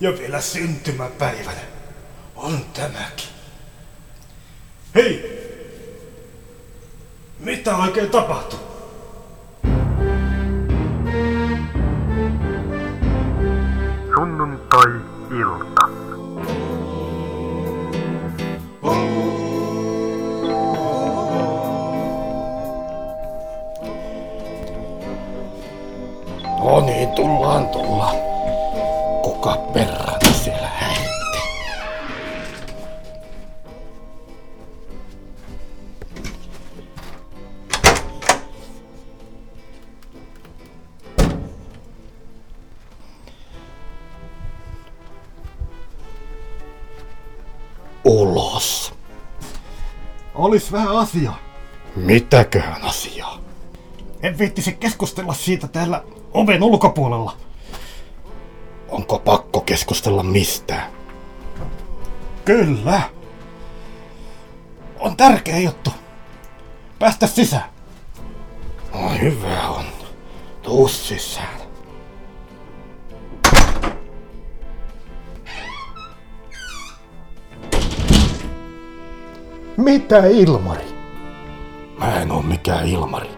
ja vielä syntymäpäivänä. On tämäkin. Hei! Mitä oikein tapahtuu? Sunnuntai-ilta. No niin, tullaan, tullaan. Kuka perran siellä häitti? Ulos. Olis vähän asiaa. Mitäköhän asiaa? En viittisi keskustella siitä täällä oven ulkopuolella. Onko pakko keskustella mistään? Kyllä. On tärkeä juttu. Päästä sisään. No hyvä on. Tuu sisään. Mitä Ilmari? Mä en oo mikään Ilmari.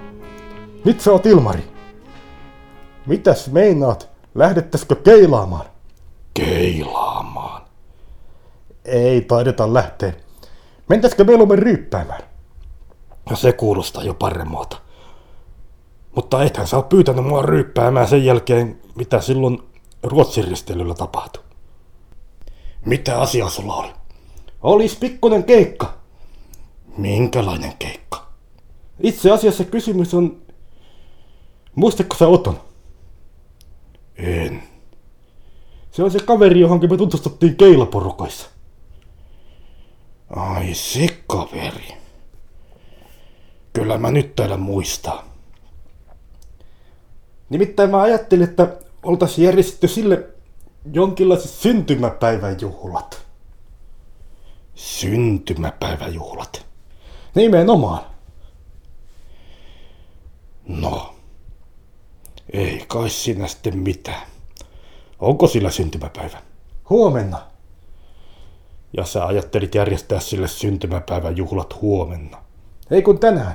Nyt sä oot Ilmari. Mitäs meinaat? Lähdettäisikö keilaamaan? Keilaamaan. Ei taideta lähteä. Mentäisikö mieluummin ryyppäämään? No se kuulostaa jo paremmalta. Mutta ethän sä oo pyytänyt mua ryyppäämään sen jälkeen, mitä silloin Ruotsin risteilyllä tapahtui. Mitä asiaa sulla oli? Olis pikkunen keikka. Minkälainen keikka? Itse asiassa kysymys on... Muistatko sä Oton? En. Se on se kaveri, johonkin me tutustuttiin keilaporukoissa. Ai se kaveri. Kyllä mä nyt täällä muistaa. Nimittäin mä ajattelin, että oltaisiin järjestetty sille jonkinlaiset syntymäpäivän juhlat. Syntymäpäiväjuhlat. Nimenomaan. No. Ei kai siinä sitten mitään. Onko sillä syntymäpäivä? Huomenna. Ja sä ajattelit järjestää sille syntymäpäivän juhlat huomenna. Ei kun tänään.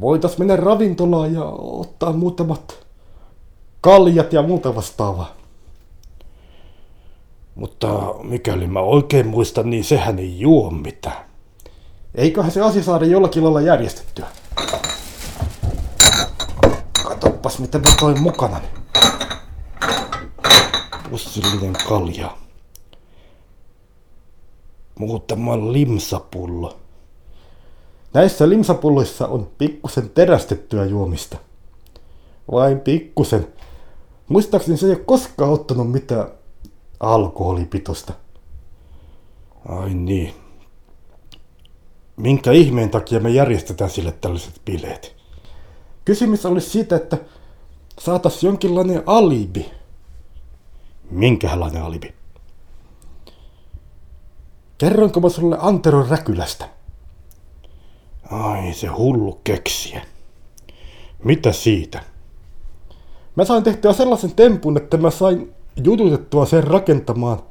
Voitais mennä ravintolaan ja ottaa muutamat kaljat ja muuta vastaavaa. Mutta mikäli mä oikein muistan, niin sehän ei juo mitään. Eiköhän se asia saada jollakin lailla järjestettyä. Katoppas mitä mä toin mukana. Pussillinen kalja. Muutama limsapullo. Näissä limsapulloissa on pikkusen terästettyä juomista. Vain pikkusen. Muistaakseni se ei ole koskaan ottanut mitään alkoholipitoista. Ai niin. Minkä ihmeen takia me järjestetään sille tällaiset bileet? Kysymys olisi siitä, että saataisiin jonkinlainen alibi. Minkälainen alibi? Kerronko mä sulle Antero Räkylästä? Ai se hullu keksiä. Mitä siitä? Mä sain tehtyä sellaisen tempun, että mä sain jututettua sen rakentamaan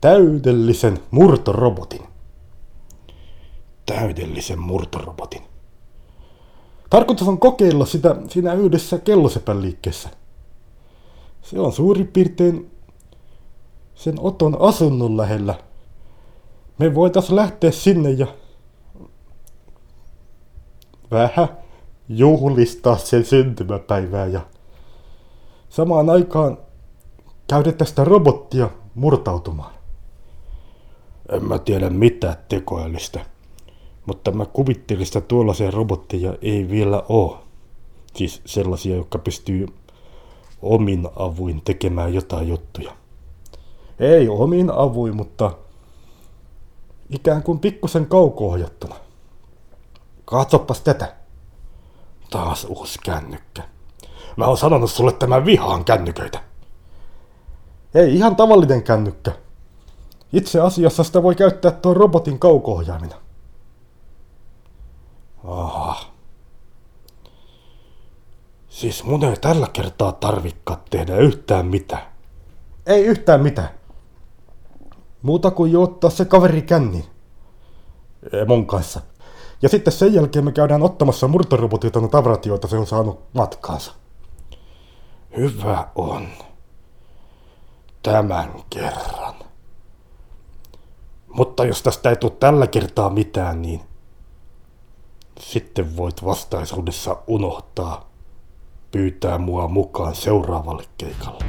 täydellisen murtorobotin. Täydellisen murtorobotin. Tarkoitus on kokeilla sitä siinä yhdessä kellosepän liikkeessä. Se on suurin piirtein sen Oton asunnon lähellä. Me voitais lähteä sinne ja vähän juhlistaa sen syntymäpäivää ja samaan aikaan käydä tästä robottia murtautumaan. En mä tiedä mitä tekoälystä, mutta mä kuvittelin sitä tuollaisia robotteja ei vielä oo. Siis sellaisia, jotka pystyy omin avuin tekemään jotain juttuja. Ei omin avuin, mutta ikään kuin pikkusen kaukoohjattuna. Katsopas tätä. Taas uusi kännykkä. Mä oon sanonut sulle tämän vihaan kännyköitä. Ei ihan tavallinen kännykkä. Itse asiassa sitä voi käyttää tuon robotin kaukoohjaamina. Aha. Siis mun ei tällä kertaa tarvikkaa tehdä yhtään mitään. Ei yhtään mitään. Muuta kuin jo ottaa se kaveri känniin. Ee, Mun kanssa. Ja sitten sen jälkeen me käydään ottamassa murtorobotilta ne tavarat, joita se on saanut matkaansa. Hyvä on. Tämän kerran. Mutta jos tästä ei tule tällä kertaa mitään, niin sitten voit vastaisuudessa unohtaa pyytää mua mukaan seuraavalle keikalle.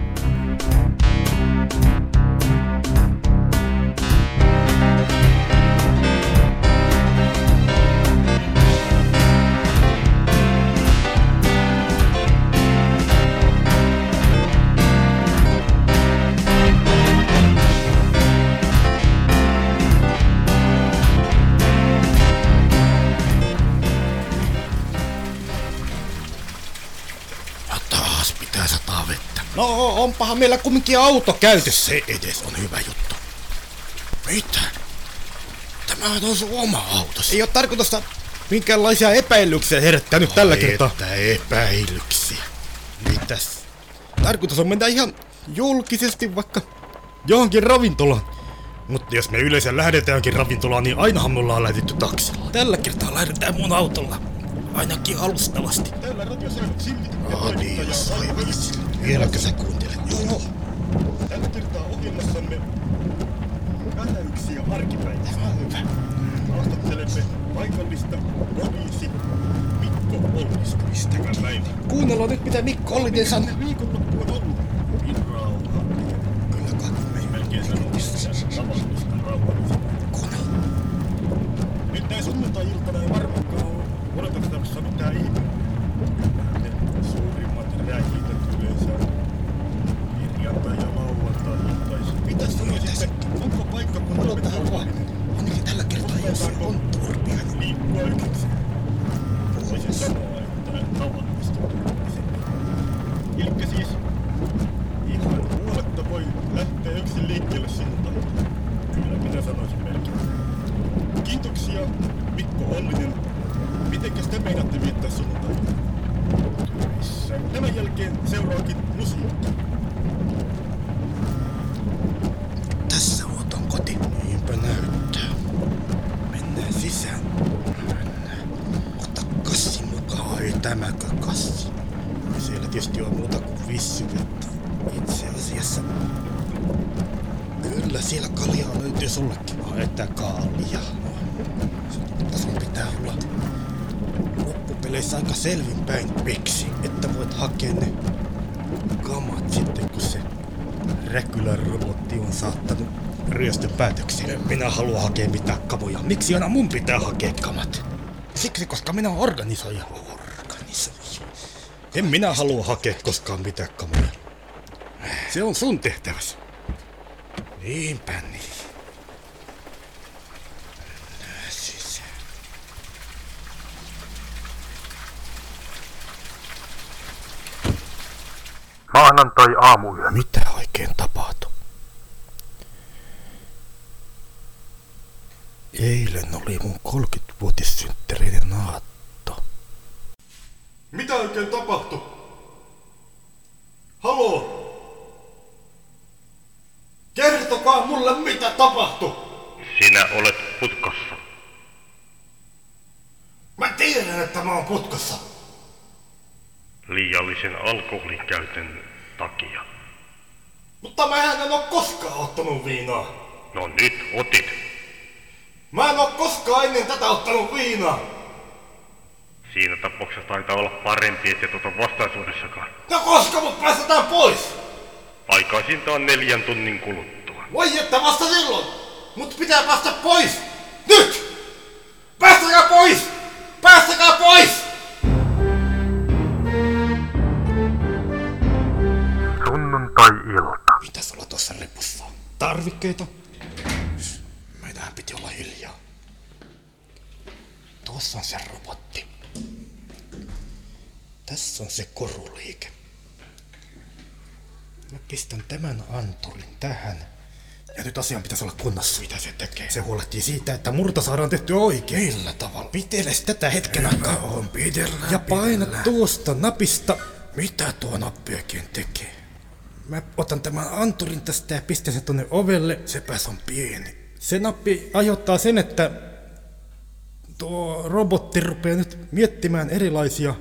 Ja taas pitää sataa vettä. No onpahan meillä kumminkin auto käytössä. Se edes on hyvä juttu. Mitä? Tämä on sun oma autosi. Ei ole tarkoitusta minkäänlaisia epäilyksiä herättänyt tällä kertaa. No, Että epäilyksiä. Mitäs? Tarkoitus on mennä ihan julkisesti vaikka johonkin ravintolaan. Mutta jos me yleensä lähdetäänkin ravintolaan, niin ainahan me ollaan lähdetty taksilla. Tällä kertaa lähdetään mun autolla. Ainakin alustavasti. Adios, aivis. Vieläkö sä kuuntelet tuota? Tällä kertaa ohjelmassamme vähäyksiä arkipäivää. Hyvä. Haastattelemme paikallista poliisi Mikko Ollista. Mistäkään päivä? Kuunnellaan nyt mitä Mikko Ollinen sanoo. Viikonloppu on ollut. Rauha. Kyllä kai me Melkein sanoo mitään tavallista rauhallista. kuunnella. Nyt näin sunnuntai-iltana ei varmaankaan ole odotettavissa mitään ihmettä. Kyllähän ne suurimmat räjität yleensä on perjantai- ja lauantai-iltaisin. Mitä sanoisitte? Onko paikkakunta Odotahan vaan. Ainakin tällä kertaa, jos se on turpia, niin liikkua yksin? Voisin sanoa, että tavallista yksin. Elikkä siis ihan huoletta voi lähteä yksin liikkeelle sunnuntai. Kyllä minä sanoisin melkein. Kiitoksia, Mikko Ollinen. Mitenkäs te meinaatte viettää sunnuntaita? Töissä. Tämän jälkeen seuraakin musiikki. Tässä oton koti. Niinpä näyttää. Mennään sisään. Ota kassi mukaan. Ei tämäkö kassi. Siellä tietysti on muuta kuin vissyvettä. Itse asiassa... Kyllä siellä kaljaa löytyy sullekin. Haetaan kaljaa. Tässä pitää olla loppupeleissä aika selvinpäin peksi, että voit hakea ne kamat sitten, kun se Räkylän robotti on saattanut ryöstön päätökseen. En minä halua hakea mitään kamoja. Miksi aina mun pitää hakea kamat? Siksi, koska minä olen organisoija. Organisoija. En minä halua hakea koskaan mitään kamoja. Se on sun tehtäväsi. Niinpä niin. Mennään sisään. Maanantai aamuyö. Mitä oikein tapahtui? Eilen oli mun 30-vuotissynttäreiden aatto. Mitä oikein tapahtui? Haloo! Kertokaa mulle mitä tapahtui! Sinä olet putkassa. Mä tiedän, että mä oon putkassa. Liiallisen alkoholin käytön takia. Mutta mä en oo koskaan ottanut viinaa. No nyt otit. Mä en oo koskaan ennen tätä ottanut viinaa. Siinä tapauksessa taitaa olla parempi, ettei tuota vastaisuudessakaan. No koska mut päästetään pois? Aikaisintaan neljän tunnin kuluttua. Voi että vasta silloin! Mut pitää päästä pois! Nyt! Päästäkää pois! Päästäkää pois! Sunnuntai-ilta. Mitä sulla tuossa repussa on? Tarvikkeita? Meidän piti olla hiljaa. Tuossa on se robotti. Tässä on se koruliike. Mä pistän tämän anturin tähän. Ja nyt asian pitäisi olla kunnossa. Mitä se tekee? Se huolehtii siitä, että murto saadaan tehty oikein. Millä tavalla? Piteles tätä hetken aikaa. on, pitellä. Ja paina tuosta napista. Mitä tuo nappi oikein tekee? Mä otan tämän anturin tästä ja pistän sen tonne ovelle. Sepäs on pieni. Se nappi aiheuttaa sen, että tuo robotti rupeaa nyt miettimään erilaisia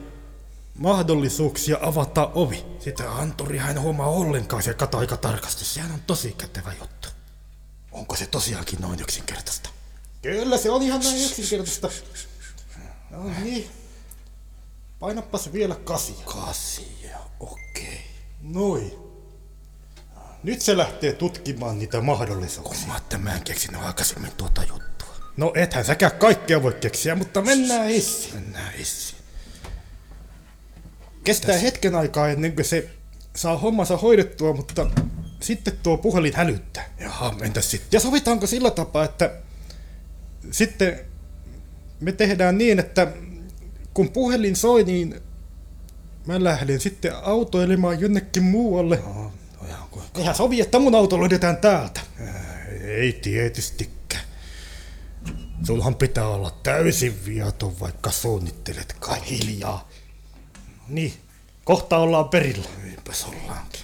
mahdollisuuksia avata ovi. Sitä anturia hän huomaa ollenkaan se kata aika tarkasti. Sehän on tosi kätevä juttu. Onko se tosiaankin noin yksinkertaista? Kyllä se on ihan näin yksinkertaista. No niin. Painappas vielä kasia. Kasia, okei. Noin. Nyt se lähtee tutkimaan niitä mahdollisuuksia. Mä oon tämän keksinyt aikaisemmin tuota juttua. No ethän säkään kaikkea voi keksiä, mutta mennään hissiin. Mennään hissiin. Kestää Tässä. hetken aikaa ennen kuin se saa hommansa hoidettua, mutta sitten tuo puhelin hälyttää. Jaha, entäs sitten? Ja sovitaanko sillä tapaa, että sitten me tehdään niin, että kun puhelin soi, niin mä lähden sitten autoilemaan jonnekin muualle. No, no ihan kuin... Eihän sovi, että mun auto löydetään täältä. Ei tietystikään. Sulhan pitää olla täysin viaton, vaikka suunnitteletkaan hiljaa. Niin, kohta ollaan perillä. Niinpäs ollaankin.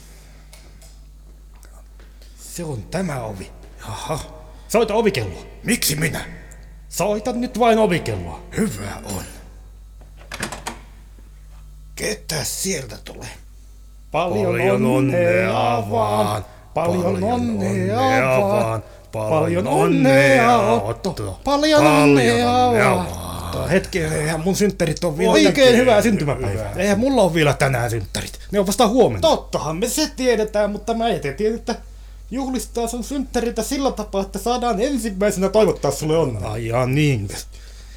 Se on tämä ovi. Jaha. Soita ovikelloa. Miksi minä? Soita nyt vain ovikelloa. Hyvä on. Ketä sieltä tulee? Paljon, paljon onnea vaan. Paljon onnea vaan. Paljon onnea Otto. Paljon onnea vaan. Mutta hetkeen, eihän mun synttärit on vielä... Oikein tärkeä. hyvää syntymäpäivää. Hyvä. Eihän mulla on vielä tänään synttärit. Ne on vasta huomenna. Tottahan me se tiedetään, mutta mä en tiedä, että juhlistaa sun synttäritä sillä tapaa, että saadaan ensimmäisenä toivottaa sulle onnea. Ai ja niin.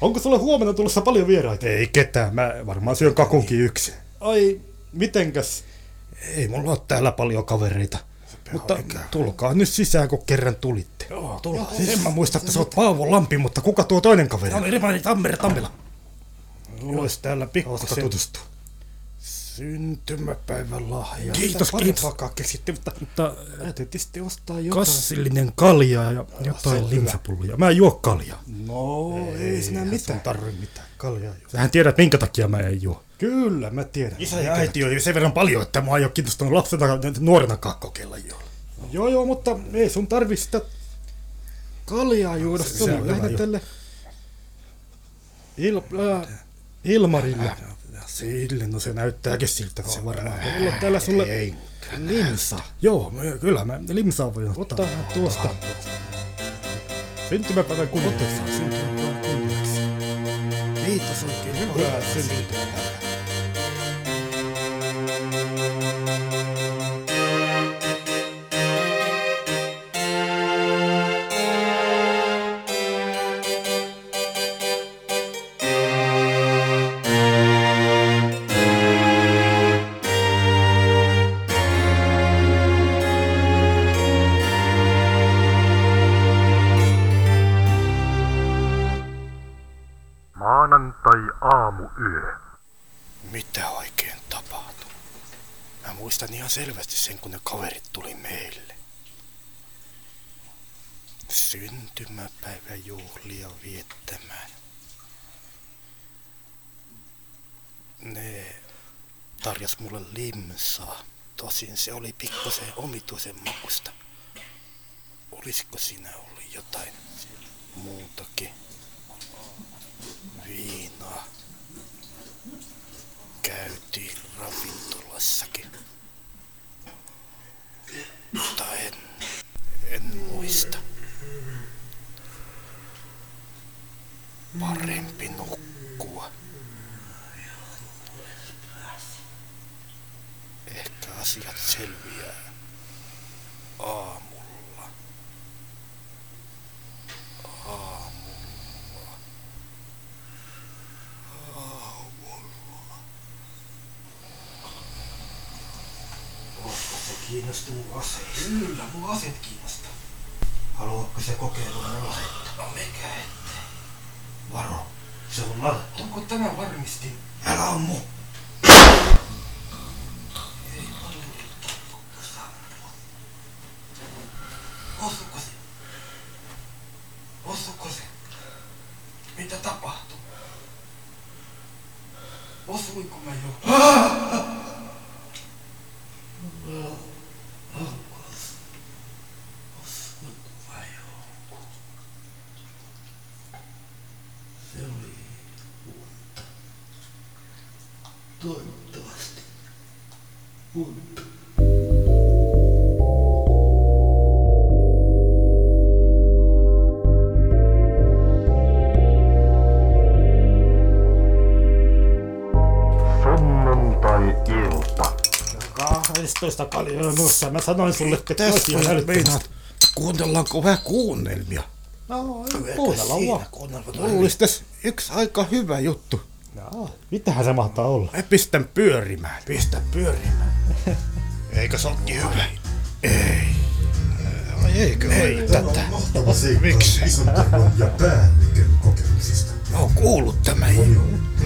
Onko sulle huomenna tulossa paljon vieraita? Ei ketään, mä varmaan syön kakunkin yksin. Ai, mitenkäs? Ei mulla ole täällä paljon kavereita. Mutta tulkaa nyt sisään, kun kerran tulitte. Joo, tulkaa. Siis, en mä muista, että se on Paavo Lampi, mutta kuka tuo toinen kaveri? Tämä on Rimari Tammere Tammela. Olis täällä pikkusen. tutustua. Syntymäpäivän lahja. Kiitos, kiitos. Pakaa keksitte, mutta, mutta äh, täytyy ostaa jotain. Kassillinen kaljaa ja jotain limsapullia. Mä en juo kaljaa. No, ei, ei sinä mitään. tarvitse mitään kaljaa. Sähän tiedät, minkä takia mä en juo. Kyllä, mä tiedän. Isä ja äiti on sen verran paljon, että mä oon jo kiinnostunut lapsena nuorenakaan kokeilla jolla. Joo, joo, mutta ei sun tarvi sitä kaljaa juoda. Se, se on lähinnä tälle Il, äh, Ilmarille. Sille, no se näyttääkin siltä, se varmaan. Mulla on täällä sulle ei, limsa. Joo, mä, kyllä mä limsaa voin ottaa. Ota tuosta. Syntymäpäivän kunniaksi. Syntymäpäivän kunniaksi. Kiitos oikein. Hyvää syntymäpäivää. maanantai-aamuyö. Mitä oikein tapahtui? Mä muistan ihan selvästi sen, kun ne kaverit tuli meille. Syntymäpäiväjuhlia viettämään. Ne tarjas mulle limsaa. Tosin se oli pikkusen omituisen makusta. Olisiko siinä ollut jotain muutakin? viinaa. Käytiin ravintolassakin. Mutta en, en muista. Parempi nukkua. Ehkä asiat selviää aamulla. Aamulla. kiinnostuu aseista. Kyllä, mua aseet kiinnostaa. Haluatko se kokeilla mun asetta? No mikä ettei. Varo, se on ladattu. Onko tämä varmistin? Älä ammu! Ei paljon tarvitse sammua. Osuuko se? Osuuko se? Mitä tapahtuu? Osuinko mä jo? Ah! Se oli unta. Toivottavasti unta. Sunnuntai-ilta. 12 kaljonussa. Mä sanoin sulle, että Tässä toisia on näyttämään. meinaat. Kuunnellaanko vähän kuunnelmia? No, Eikä kuunnellaan siinä, vaan. kuunnellaan. Mulla olisi tässä yksi aika hyvä juttu. Jaa, mitähän se mahtaa olla? Mä pistän pyörimään. Pistä pyörimään. Eikö se olekin hyvä? niin Ai eikö ei, ole? Tätä. Mahtava seikka Miksi? ison tekon ja päällikön kokemuksista. Mä oon kuullut tämän jo.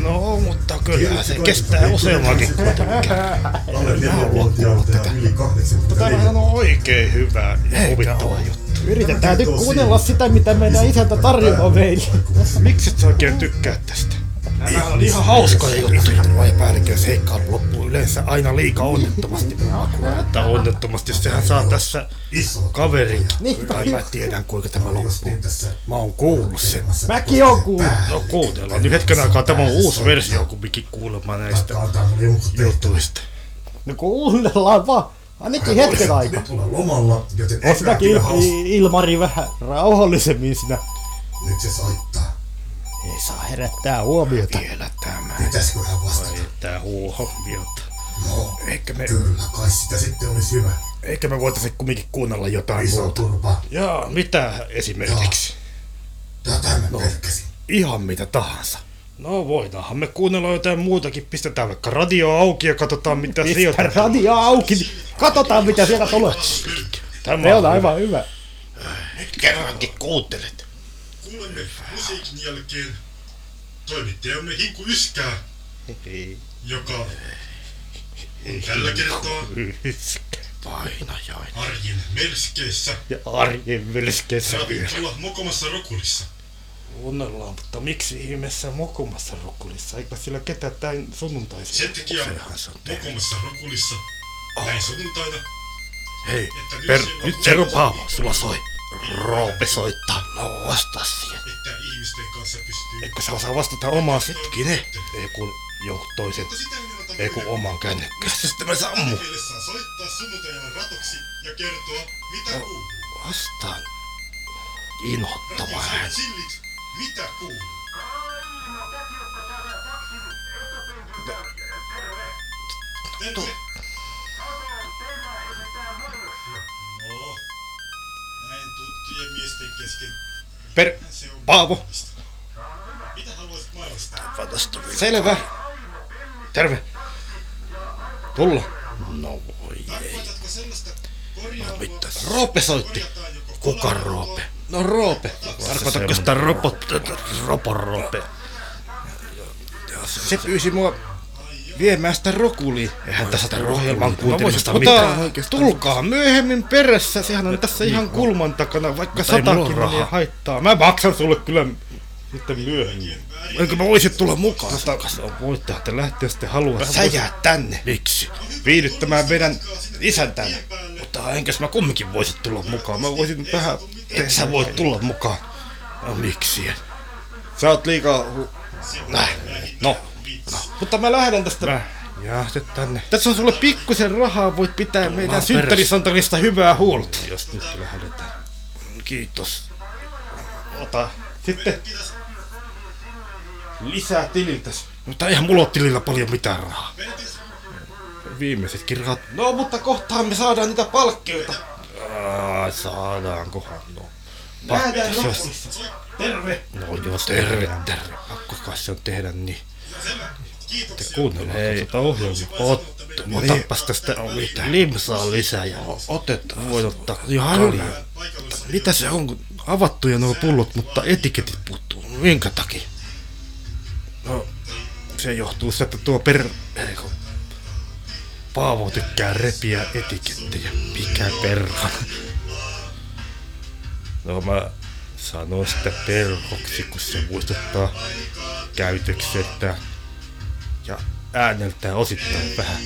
No, mutta kyllä se kestää useammankin kuitenkin. Alle neljävuotiaalta ja yli Tota 84. Tämähän on oikein hyvä ja huvittava juttu. Siis- Yritetään nyt kuunnella sitä, mitä meidän isäntä tarjoaa meille. Miksi et sä oikein tykkää tästä? Nämä on ihan hauskoja juttuja. Vai päällikön seikkailu loppuu yleensä aina liikaa onnettomasti. Tää onnettomasti sehän saa tässä Iso kaverin. Niin, Tai mä tiedän kuinka tämä loppuu. on tässä Mä oon kuullut sen. Mäkin on kuullut. No kuutellaan. Nyt hetken aikaa tämä on uusi versio kumminkin kuulemma näistä antaa mun joukko tehtävä. jutuista. No kuunnellaan vaan. Ainakin hetken aikaa. Nyt ollaan lomalla, joten ei On sitäkin pidä il- hauskaa. il- Ilmari vähän rauhallisemmin sinä. Nyt se saittaa. Ei saa herättää huomiota. Vielä tämä. Pitäisiköhän vastata? Tää huomiota. No, Ehkä me, kyllä kai sitä sitten olisi hyvä. ehkä me voitaisiin kumminkin kuunnella jotain Iso muuta. turpa. Jaa, mitä esimerkiksi? Tätä No. mä pelkäsin. Ihan mitä tahansa. No voidaanhan me kuunnella jotain muutakin. Pistetään vaikka radio auki ja katsotaan mitä Pistä sijoitetaan. radio auki. niin Katsotaan mitä sieltä tulee. Se Tämä on aivan hyvä. Kerrankin kuuntelet. Kuulemme musiikin jälkeen toimittajamme Hinku Yskää, joka tällä kertaa Painajainen. arjen melskeissä Ja arjen vilskeissä ravintola Mokomassa Rokulissa. Kuunnellaan, mutta miksi ihmeessä mokumassa rukulissa? Eipä sillä ketä tämän sunnuntaisin? Sen takia Sehän se on tehnyt. Oh. Mokomassa Rokulissa näin sunnuntaina, Hei, että per, nyt siellä nyt on- Zero Paavo, sulla soi. Roope soittaa. No vasta siihen. että ihmisten kanssa pystyy... Eikö sä osaa vastata omaa sitkinen? Ei kun johtoisen, ei kun oman kännykkään. Mistä sitten mä sammu? Meille saa soittaa sunnuntaina ratoksi ja kertoa, No, mitä kuuluu. Vastaan. Inhottava ääni. Sillit, mitä kuuluu? Terve. No, näin tuttujen miesten kesken. Per, Se on Paavo. Mitä haluaisit mainostaa? Selvä. Terve. Tulla. No voi Tarkoitatko sellaista korjaavaa? Roope soitti. korjataan joko Kuka kolalla- Roope? No Roope. Tarkoitatko sitä robot, ropo Roope? Se pyysi mua viemään sitä rokuliin. Eihän tässä tämän ohjelman kuuntelusta mitään oikeastaan. Tulkaa myöhemmin perässä, sehän on tässä ihan kulman takana, vaikka satakin ei haittaa. Mä maksan sulle kyllä sitten myöhemmin. Eikö mä voisin tulla mukaan? Tota, voitte te lähteä sitten haluaa. Sä jäät tänne. Miksi? Viihdyttämään meidän isäntänne. Mutta enkäs mä kumminkin voisit tulla mukaan. Mä voisin vähän... Et sä voi tulla mukaan. No miksi? Sä oot liikaa... hu- Näh. No. no. Mutta mä lähden tästä. Mä jäähdyn tänne. Tässä on sulle pikkusen rahaa, voit pitää meidän synttärisantarista hyvää huolta. Jos nyt lähdetään. Kiitos. Ota. Sitten. Lisää tililtäs. Mutta eihän mulla ole tilillä paljon mitään rahaa. Viimeisetkin rahat. No, mutta kohtaan me saadaan niitä palkkioita. Aa, saadaankohan, no. Nähdään Terve. No joo, terve, terve. Pakko kai se on tehdä niin. Te kuunnellaan tätä ohjelmaa. Otto, otapas tästä limsaa lisää ja otetaan. Voit ottaa kaljaa. Mitä se on, kun avattuja nuo pullot, mutta etiketit puuttuu. Minkä takia? No, se johtuu sitä, että tuo per... ei, kun Paavo tykkää repiä etikettejä. Mikä perhan? No mä sanon sitä perhoksi, kun se muistuttaa käytökseltä ja ääneltään osittain vähän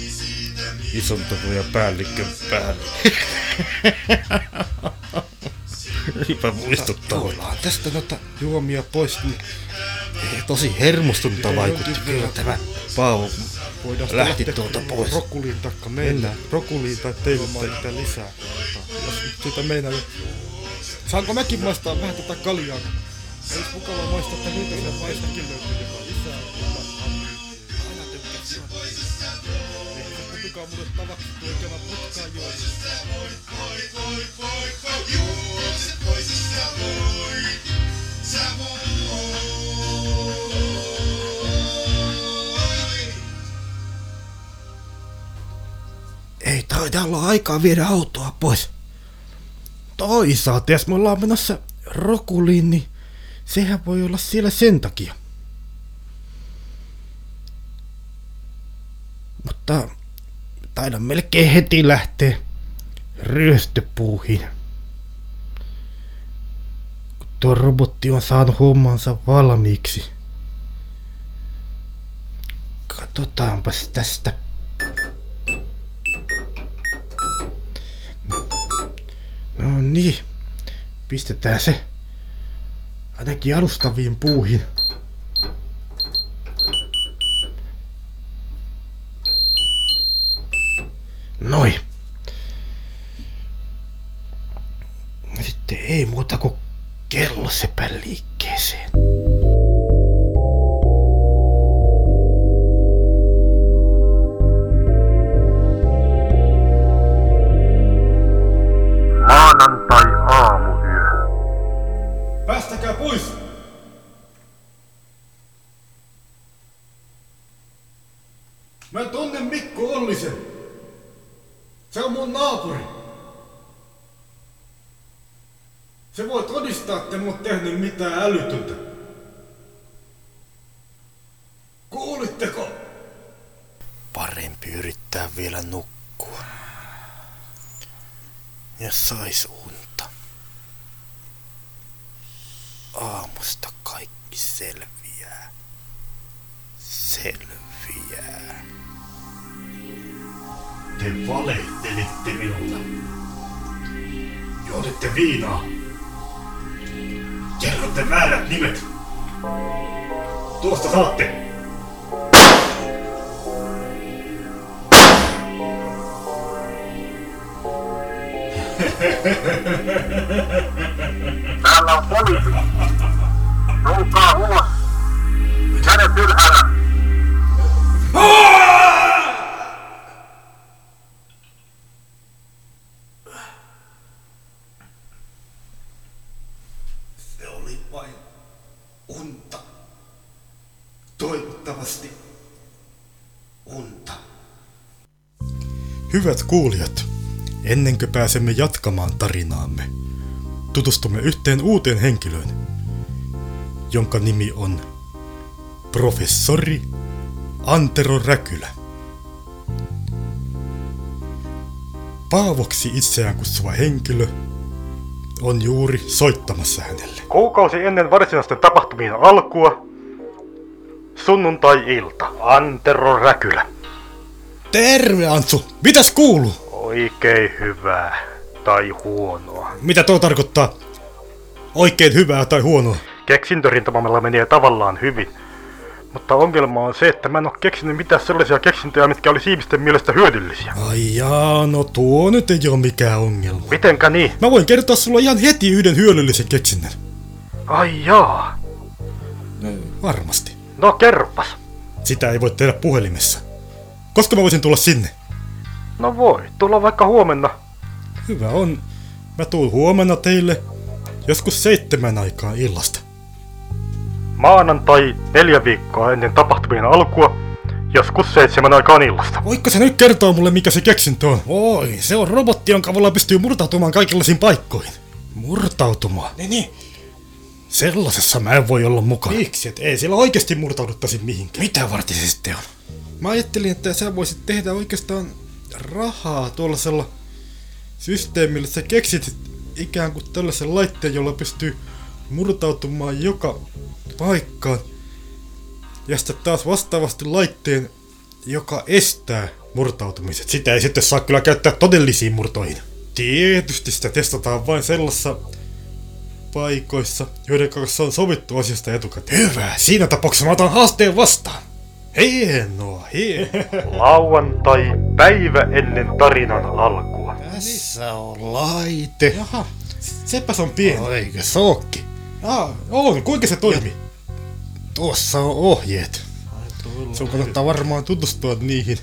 isontavuja päällikön päälle. Hyvä muistuttaa. Tuollaan tästä noita juomia pois, niin tosi hermostunutta vaikutti kyllä tämä Paavo. Voidaan Lähti lähteä tuolta kyllä pois. Rokuliin taikka meillä. Rokuliin tai teille tai mitä lisää. Jos nyt sitä meinaa. niin- Saanko mäkin maistaa vähän tätä kaljaa? Olisi mukava maistaa, että niitä siellä paistakin löytyy jotain lisää. Aina tykkäsin. Eikä se kuitenkaan mulle tavaksi tuo ikävä putkaa joo. Ei taida olla aikaa viedä autoa pois. Toisaalta, jos me ollaan menossa Rokuliin, niin sehän voi olla siellä sen takia. Mutta taidan melkein heti lähteä ryöstöpuuhin. Kun tuo robotti on saanut hommansa valmiiksi. Katsotaanpas tästä No niin. Pistetään se. Ainakin alustaviin puuhin. Noin. Sitten ei muuta kuin kellosepän liikkeeseen. Maanantai aamuyö. Päästäkää pois! Mä tunnen Mikko Ollisen. Se on mun naapuri. Se voi todistaa, että en mä oon tehnyt mitään älytöntä. Kuulitteko? Parempi yrittää vielä nukkua. Ja sais unta. Aamusta kaikki selviää. Selviää. Te valehtelitte minulle. Juotitte viinaa. Kerrotte väärät nimet. Tuosta saatte. Täällä on poliisi. Nouskaa ulos. Kädet ylhäällä. Se oli vain unta. Toivottavasti unta. Hyvät kuulijat, ennen kuin pääsemme jatkamaan tarinaamme, tutustumme yhteen uuteen henkilöön, jonka nimi on professori Antero Räkylä. Paavoksi itseään kutsuva henkilö on juuri soittamassa hänelle. Kuukausi ennen varsinaisten tapahtumien alkua. Sunnuntai-ilta. Antero Räkylä. Terve Antsu! Mitäs kuuluu? Oikein hyvää tai huonoa. Mitä tuo tarkoittaa? Oikein hyvää tai huonoa? Keksintörintamalla menee tavallaan hyvin. Mutta ongelma on se, että mä en oo keksinyt mitään sellaisia keksintöjä, mitkä olisi ihmisten mielestä hyödyllisiä. Ai jaa, no tuo nyt ei oo mikään ongelma. Mitenkä niin? Mä voin kertoa sulla ihan heti yhden hyödyllisen keksinnän. Ai jaa. Varmasti. No kerropas. Sitä ei voi tehdä puhelimessa. Koska mä voisin tulla sinne? No voi, tulla vaikka huomenna. Hyvä on. Mä tuun huomenna teille joskus seitsemän aikaan illasta. Maanantai neljä viikkoa ennen tapahtumien alkua, joskus seitsemän aikaan illasta. Voitko sä nyt kertoa mulle, mikä se keksintö on? Oi, se on robotti, jonka avulla pystyy murtautumaan kaikenlaisiin paikkoihin. Murtautumaan? Niin, niin. Sellaisessa mä en voi olla mukana. Miksi? Et ei sillä oikeasti murtauduttaisi mihinkään. Mitä varten se sitten on? Mä ajattelin, että sä voisit tehdä oikeastaan rahaa tuollaisella systeemillä. Sä keksit ikään kuin tällaisen laitteen, jolla pystyy murtautumaan joka paikkaan. Ja sitten taas vastaavasti laitteen, joka estää murtautumiset. Sitä ei sitten saa kyllä käyttää todellisiin murtoihin. Tietysti sitä testataan vain sellaisessa paikoissa, joiden kanssa on sovittu asiasta etukäteen. Hyvä, siinä tapauksessa mä otan haasteen vastaan. Hienoa, hienoa. Lauantai, päivä ennen tarinan alkua. Tässä on laite. Jaha, sepäs on pieni. No eikö se ookin? Aa, on, kuinka se toimii? Tuossa on ohjeet. Sun kannattaa varmaan tutustua niihin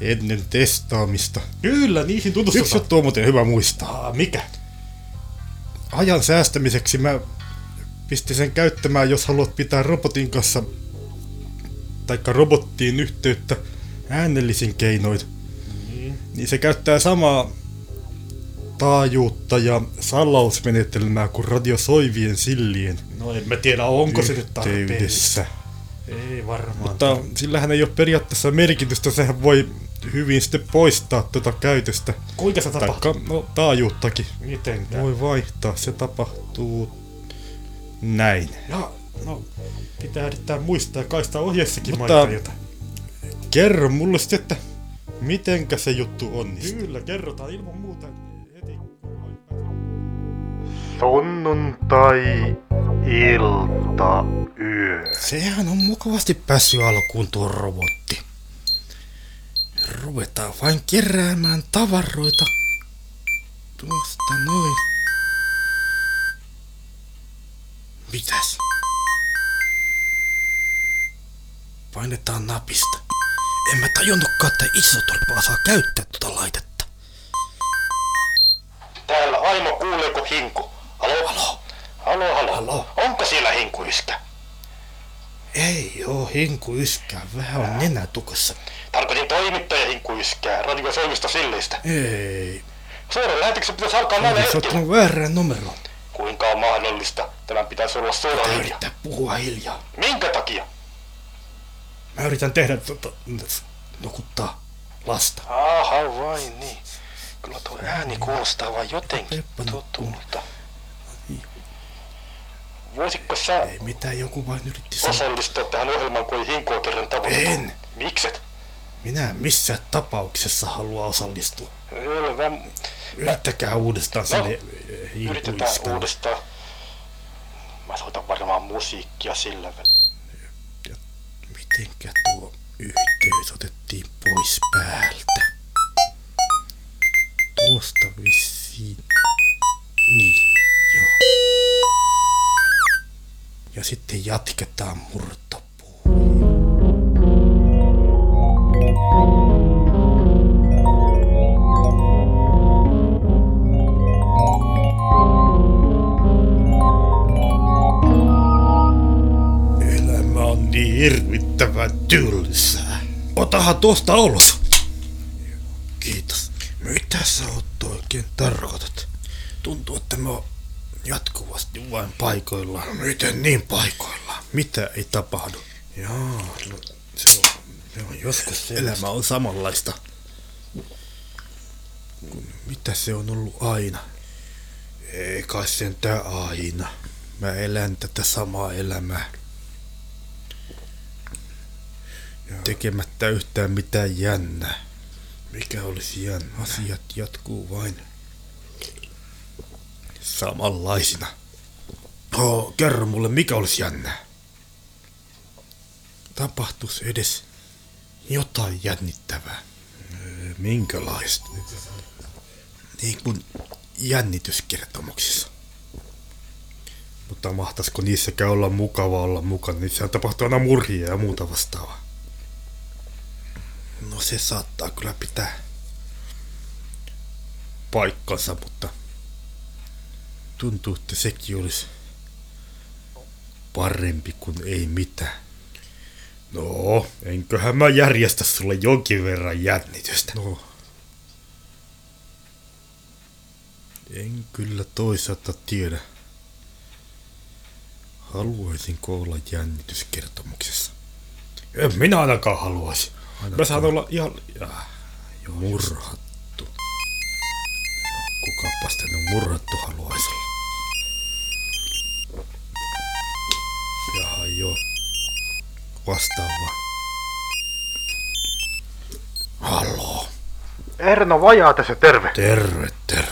ennen testaamista. Kyllä, niin niihin Yksi tutustutaan. juttu on muuten hyvä muistaa. Aa, mikä? Ajan säästämiseksi mä pistin sen käyttämään, jos haluat pitää robotin kanssa taikka robottiin yhteyttä äänellisin keinoin. Niin se käyttää samaa taajuutta ja sallausmenetelmää kuin radiosoivien sillien No en mä tiedä, onko se nyt tarpeellista. yhteydessä. Ei varmaan. Mutta sillähän ei ole periaatteessa merkitystä, sehän voi hyvin sitten poistaa tuota käytöstä. Kuinka se tapahtuu? Taikka, no taajuuttakin. Mitenkään? Voi vaihtaa, se tapahtuu näin. Ja, no, pitää yrittää muistaa ja kaistaa ohjeessakin Mutta- mainita jotain. Kerro mulle sitten, että mitenkä se juttu onnistuu. Kyllä, kerrotaan ilman muuta heti. Sunnuntai, ilta, yö. Sehän on mukavasti päässyt alkuun tuo robotti. Ruvetaan vain keräämään tavaroita. Tuosta noin. Mitäs? Painetaan napista. En mä tajunnutkaan, että isotorpaa saa käyttää tuota laitetta. Täällä Aimo, kuuleeko hinku? Halo? Halo? Halo, halo. halo. Onko siellä hinkuiskä? Ei oo hinku yskää, vähän on nenätukossa. Tarkoitin toimittaja hinkuiskää, Radio Soimista silleistä. Ei, Suuren lähetyksen pitäisi alkaa näillä sä hetkellä. oot väärään numeroon. Kuinka on mahdollista? Tämän pitäisi olla suora Pitää linja. yrittää puhua hiljaa. Minkä takia? Mä yritän tehdä tota, nukuttaa lasta. Aha, vain niin. Kyllä tuo ääni kuulostaa vaan jotenkin tutulta. Voisitko sä Ei mitään, joku vain yritti sanoa. osallistua tähän ohjelmaan, kun ei hinkua kerran tavoitettu? En. Mikset? Minä en missään tapauksessa halua osallistua. Selvä. Yrittäkää uudestaan eh, No, sille Yritetään uudestaan. Mä soitan varmaan musiikkia sillä. Mitenkä tuo yhteys otettiin pois päältä? Tuosta vissiin. Niin, joo. Ja sitten jatketaan murtopuun. Elämä on niin hirvittävän tylsää. Otahan tuosta olos. Kiitos. Mitä sä oot oikein tarkoitat? Tuntuu, että mä oon jatkuvasti vain paikoillaan. Miten niin paikoillaan? Mitä ei tapahdu? Joo, no, se on, se on joskus Elämä on samanlaista. Kun- Mitä se on ollut aina? Ei kai sentään aina. Mä elän tätä samaa elämää. tekemättä yhtään mitään jännää. Mikä olisi jännä? Asiat jatkuu vain samanlaisina. Oh, kerro mulle, mikä olisi jännää? Tapahtus edes jotain jännittävää. Öö, Minkälaista? Niin kuin jännityskertomuksissa. Mutta mahtaisiko niissäkään olla mukava olla mukana? Niissähän tapahtuu aina murhia ja muuta vastaavaa. No se saattaa kyllä pitää paikkansa, mutta tuntuu, että sekin olisi parempi kuin ei mitään. No, enköhän mä järjestä sulle jonkin verran jännitystä. No. En kyllä toisaalta tiedä. Haluaisinko olla jännityskertomuksessa? En minä ainakaan haluaisi. Mä saan olla ihan... Ah, joo, murhattu. Kukapas tänne murhattu haluaisi olla. Jaha, joo. Vastaava. Halo. Erno Vajaa tässä, terve. Terve, terve.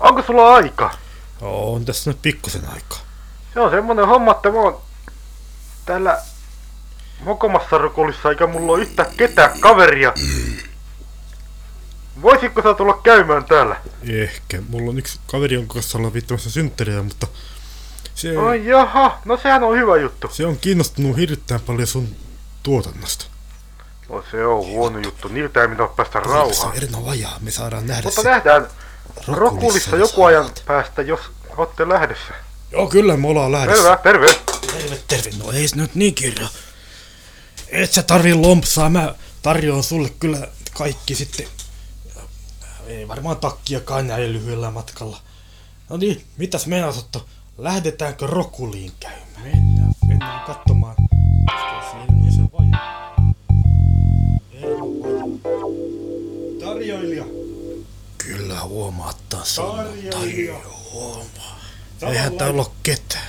Onko sulla aika? On tässä nyt pikkusen aikaa. Se on semmonen homma, että mä oon täällä mokomassa rokulissa, eikä mulla ole yhtään ketään kaveria. Voisitko sä tulla käymään täällä? Ehkä. Mulla on yksi kaveri, jonka kanssa ollaan viittämässä synttäriä, mutta se, Ai jaha, no sehän on hyvä juttu. se on kiinnostunut hirveän paljon sun tuotannosta. No se on huono juttu, niiltä ei minä päästä Rauha. rauhaan. Erino vajaa, me saadaan nähdä Mutta se nähdään rokulissa Rokulissa joku saadaan. ajan päästä, jos olette lähdössä. Joo, kyllä me ollaan lähdössä. Terve, terve. Terve, terve. No ei se nyt niin kirja. Et sä tarvii lompsaa, mä tarjoan sulle kyllä kaikki sitten. Ei varmaan takkiakaan näin lyhyellä matkalla. No niin, mitäs meinaat Otto? Lähdetäänkö Rokuliin käymään? Mennään, mennään katsomaan. Koska se ei- ei se vajaa. Ei ole vajaa. Tarjoilija! Kyllä huomaattaa Tarjoilija. Huomaa. Eihän täällä ole ketään.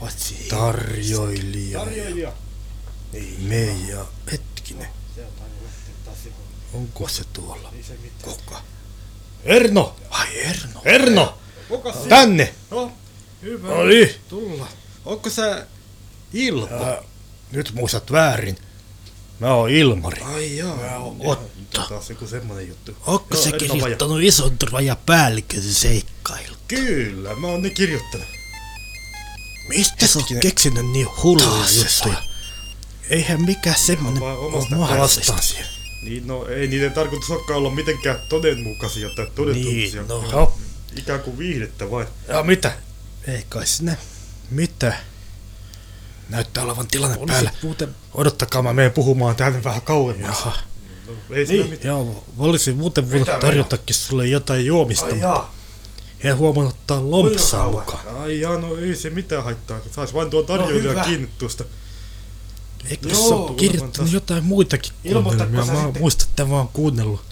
Paitsi tarjoilija. Niin. Me ja hetkinen. Onko se tuolla? Kuka? Erno! Ai Erno. Erno! Kuka se? Tänne! No, hyvä. No niin. Tulla. Onko sä Ilpo? Ää, nyt muistat väärin. Mä oon Ilmari. Ai joo. Otto. Taas joku semmonen juttu. Onko Joo, se Erno Vaja. kirjoittanut ison turvan ja päällikön seikkailu? Kyllä, mä oon ne kirjoittanut. Mistä sä oot keksinyt niin hulluja juttuja? Eihän mikään semmonen vaan ole omasta mahdollista. päästä. Niin, no ei niiden tarkoitus olekaan olla mitenkään todenmukaisia tai todentumisia. Niin, no. Ihan Ikään kuin viihdettä vai? Ja mitä? Ei kai sinä. Mitä? Näyttää olevan tilanne Olisi päällä. Muuten... Odottakaa, mä menen puhumaan tänne vähän kauemmas. Jaha. Ei siinä Niin. mitään. Joo, olisi muuten voinut tarjotakin sulle jotain juomista, mutta en huomannut ottaa lompsaa mukaan. Ai jaa, no ei se mitään haittaa. Sais vain tuon tarjoilijan hyvä. kiinni tuosta. Eikö Joo, se ole kuulemma kirjoittanut jotain muitakin Ilmoitatko kuunnelmia? sä Mä sitten? muistan, että mä oon kuunnellut.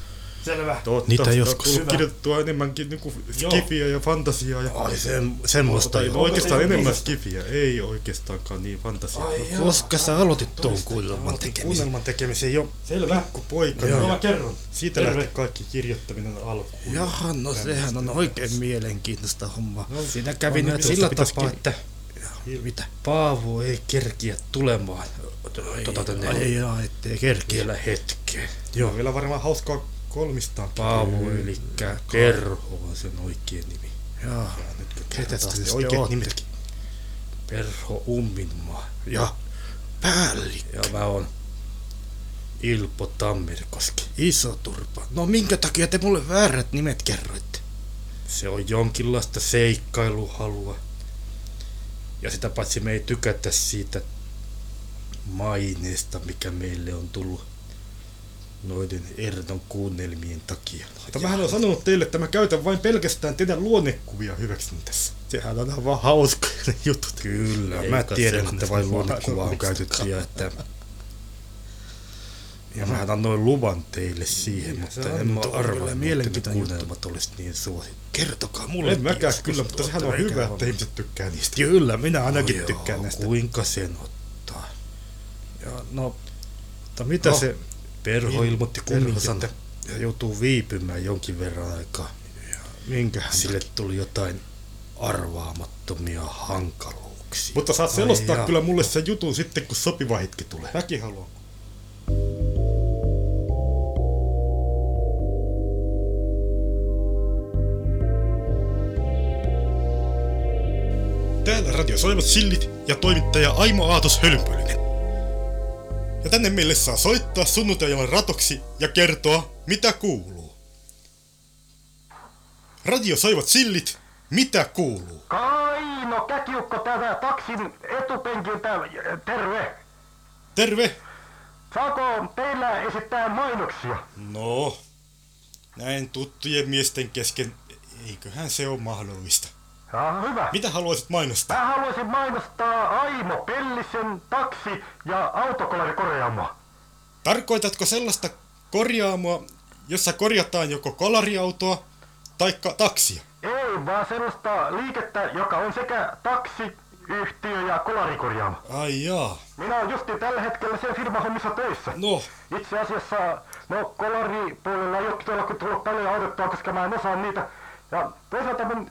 Selvä. Totta, Niitä sitä on joskus. tullut Hyvä. kirjoitettua enemmänkin niin skifiä ja fantasiaa. Ja... Ai sen, semmoista. Tai no, oikeastaan enemmän skifiä, ei oikeastaankaan niin fantasiaa. Koska sä aloitit tuon kuunnelman tekemisen? Kuunnelman tekemisen jo Selvä. pikku poika. Joo. Joo. kerron. Siitä lähti kaikki kirjoittaminen alkuun. Jaha, no sehän on oikein mielenkiintoista hommaa. No, Siinä kävi no, nyt tuosta sillä pitäisi tapaa, ki- että mitä? Paavo ei kerkiä tulemaan. Tota tänne. Ai jaa, ettei kerkiä. Vielä hetkeen. Joo. Vielä varmaan hauskaa kolmistaan. Paavo, Kyllä. eli Perho on sen oikea nimi. Jaa. Ja nyt kun Ketä kerrotaan te sitten sitten oikeat ootte? nimetkin. Perho Umminmaa. Ja päällikkö. Ja mä oon Ilpo Tammerkoski. Iso turpa. No minkä takia te mulle väärät nimet kerroitte? Se on jonkinlaista seikkailuhalua. Ja sitä paitsi me ei tykätä siitä maineesta, mikä meille on tullut noiden Ernon kuunnelmien takia. Mutta mähän on sanonut teille, että mä käytän vain pelkästään teidän luonnekuvia hyväkseni tässä. Sehän on ihan vaan hauska ne jutut. Kyllä, Ei mä kai tiedän, sellaista että vain luonne luonnekuvaa on kuvaa käytetty ja että... Ja mä annoin luvan teille siihen, mutta en mä arvannut, että ne kuunnelmat olisi niin suosittu. Kertokaa mulle. En mäkään kyllä, mutta sehän on hyvä, että ihmiset tykkää niistä. Kyllä, minä ainakin ainakin tykkään tykkään näistä. näistä. Kuinka sen ottaa? Ja no, Mutta mitä No. se... Perho Niin, ilmoitti Perho kumminkin, sanoi. että joutuu viipymään jonkin verran aikaa. Minkähän Sille tuli jotain arvaamattomia hankaluuksia. Mutta saat Ai selostaa jaa. kyllä mulle sen jutun sitten, kun sopiva hetki tulee. Mäkin haluan. Täällä radio soivat sillit ja toimittaja Aimo Aatos Hölynpölynen. Ja tänne meille saa soittaa sunnuntajalan ratoksi ja kertoa, mitä kuuluu. Radio soivat sillit, mitä kuuluu? Kaino Käkiukko täällä taksin etupenkiltä. Terve. Terve! Saako teillä esittää mainoksia? No, näin tuttujen miesten kesken, eiköhän se ole mahdollista. Ja hyvä. Mitä haluaisit mainostaa? Mä haluaisin mainostaa Aimo Pellisen taksi- ja autokolarikorjaamoa. Tarkoitatko sellaista korjaamoa, jossa korjataan joko kolariautoa taikka taksia? Ei, vaan sellaista liikettä, joka on sekä taksi, yhtiö ja kolarikorjaamo. Ai jaa, Minä olen justiin tällä hetkellä sen firman hommissa töissä. no, Itse asiassa, no kolaripuolella ei ole todellakin tullut paljon autettua, koska mä en osaa niitä. Ja toisaalta mun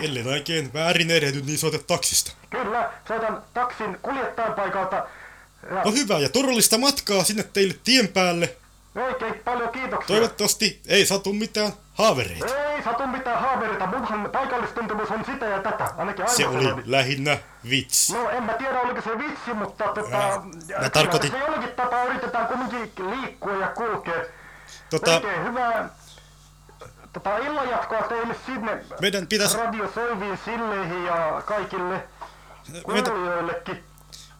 Ellen oikein väärin erehdy, niin soita taksista. Kyllä, soitan taksin kuljettajan paikalta. Ja No hyvä ja turvallista matkaa sinne teille tien päälle. oikein paljon kiitoksia. Toivottavasti ei satu mitään haavereita. Ei satu mitään haavereita, munhan paikallistuntemus on sitä ja tätä, ainakin aivan Se oli lähinnä vitsi. No en mä tiedä oliko se vitsi, mutta tota, Ää, mä kyllä tarkoitin- se jollakin tapaa yritetään kumminkin liikkua ja kulkea. Tota, Oikein hyvää tota, illan jatkoa teille sinne meidän pitäisi, radio soiviin silleihin ja kaikille meidän, meidän kuulijoillekin.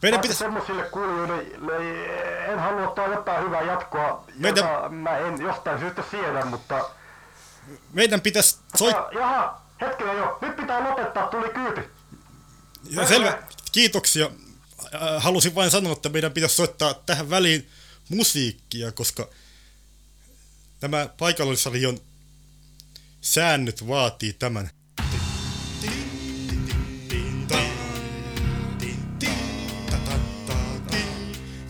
Paitsi pitäisi, Semmoisille kuulijoille en halua toivottaa hyvää jatkoa, Meidän- jota mä en jostain syystä siedä, mutta... meidän pitäisi soittaa. Ja, jaha, hetkinen jo, nyt pitää lopettaa, tuli kyyti. Ja Selvä, kiitoksia. Äh, Halusin vain sanoa, että meidän pitäisi soittaa tähän väliin musiikkia, koska tämä paikallisradion säännöt vaatii tämän.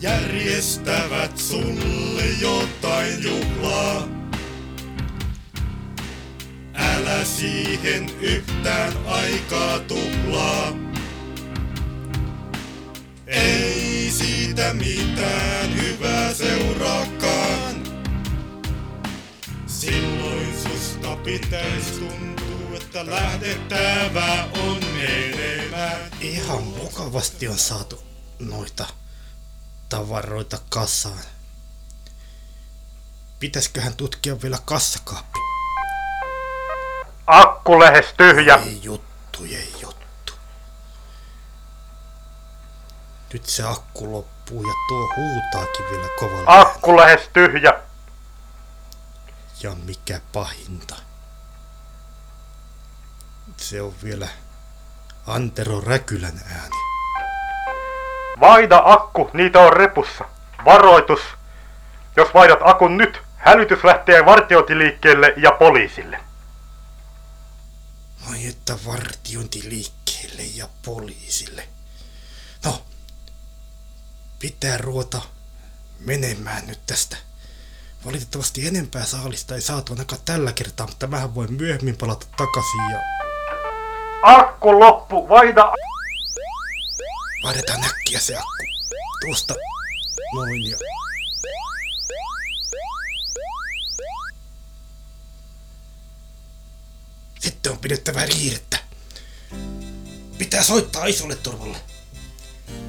Järjestävät sulle jotain juhlaa. Älä siihen yhtään aikaa tuplaa. Ei siitä mitään hyvää seuraakaan. Silloin susta pitäis tuntua, että lähdettävä on menemään. Ihan mukavasti on saatu noita tavaroita kasaan. Pitäisköhän tutkia vielä kassakaappi? Akku lähes tyhjä. Ei juttu, ei juttu. Nyt se akku loppuu ja tuo huutaakin vielä kovalla. Ah! Akku lähes tyhjä. Ja mikä pahinta. Se on vielä Antero Räkylän ääni. Vaihda akku, niitä on repussa. Varoitus. Jos vaihdat akun nyt, hälytys lähtee vartiointiliikkeelle ja poliisille. Ai että vartiointiliikkeelle ja poliisille. No, pitää ruota menemään nyt tästä. Valitettavasti enempää saalista ei saatu ainakaan tällä kertaa, mutta mähän voin myöhemmin palata takaisin ja Akku loppu, vaihda vaihdetaan äkkiä se akku. Tuosta noin ja... Sitten on pidettävä riirettä. Pitää soittaa isolle turvalle.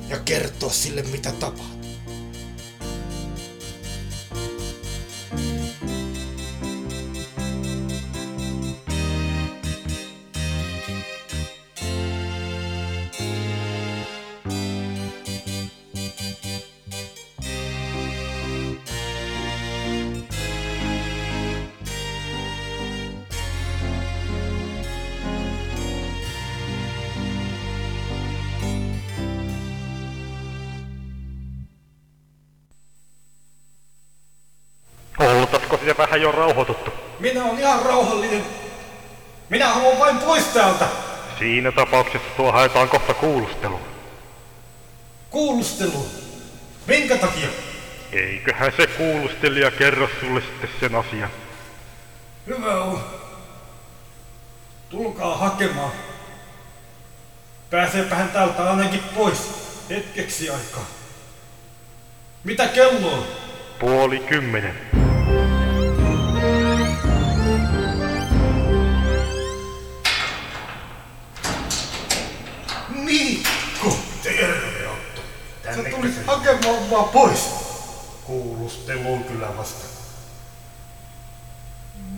Ja kertoa sille mitä tapahtuu. Koulutatko sinä vähän jo rauhoituttu? Minä on ihan rauhallinen. Minä haluan vain pois täältä. Siinä tapauksessa tuo haetaan kohta kuulusteluun. Kuulustelu. Minkä takia? Eiköhän se kuulustelija kerro sulle sitten sen asian. Hyvä on. Tulkaa hakemaan. Pääseepähän täältä ainakin pois hetkeksi aikaa. Mitä kello on? Puoli kymmenen. Mikko! Terve Otto. Tänne Sä tulit hakemaan vaan pois. Kuulustelu on kyllä vasta.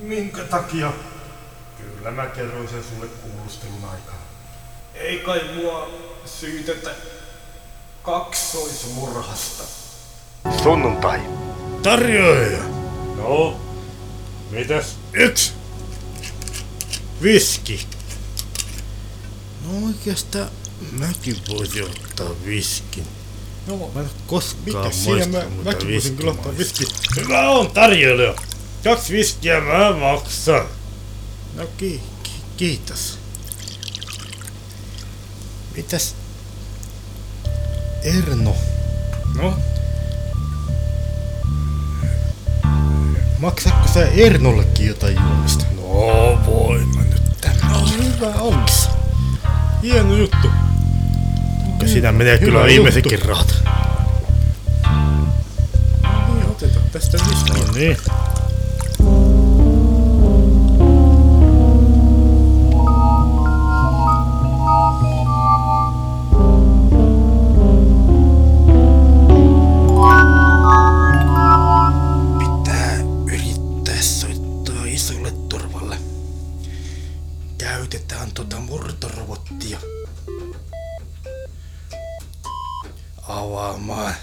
Minkä takia? Kyllä mä kerroin sen sulle kuulustelun aikaa. Ei kai mua syytetä kaksoismurhasta. Sunnuntai. Tarjoaja! No, mitäs? Yksi! Viski. No oikeastaan mäkin voisin ottaa viskin. No, Mä en oo koskaan mikä siinä mä, maistanut mäkin voisin kyllä ottaa viskimaista. viski. Hyvä on tarjoilija. Kaksi viskiä mä maksan. No ki- ki- kiitos. Mitäs? Erno. No, Maksatko sä Ernollekin jotain juomista? No voin mä nyt tämän. on hyvä olla. Hieno juttu. Ja siinä menee Hyvä kyllä juttu. viimeisetkin rahat. No niin, otetaan tästä viskiä. No niin. Pitää yrittää soittaa isolle turvalle. Käytetään tota murtorobottia. Avaamaan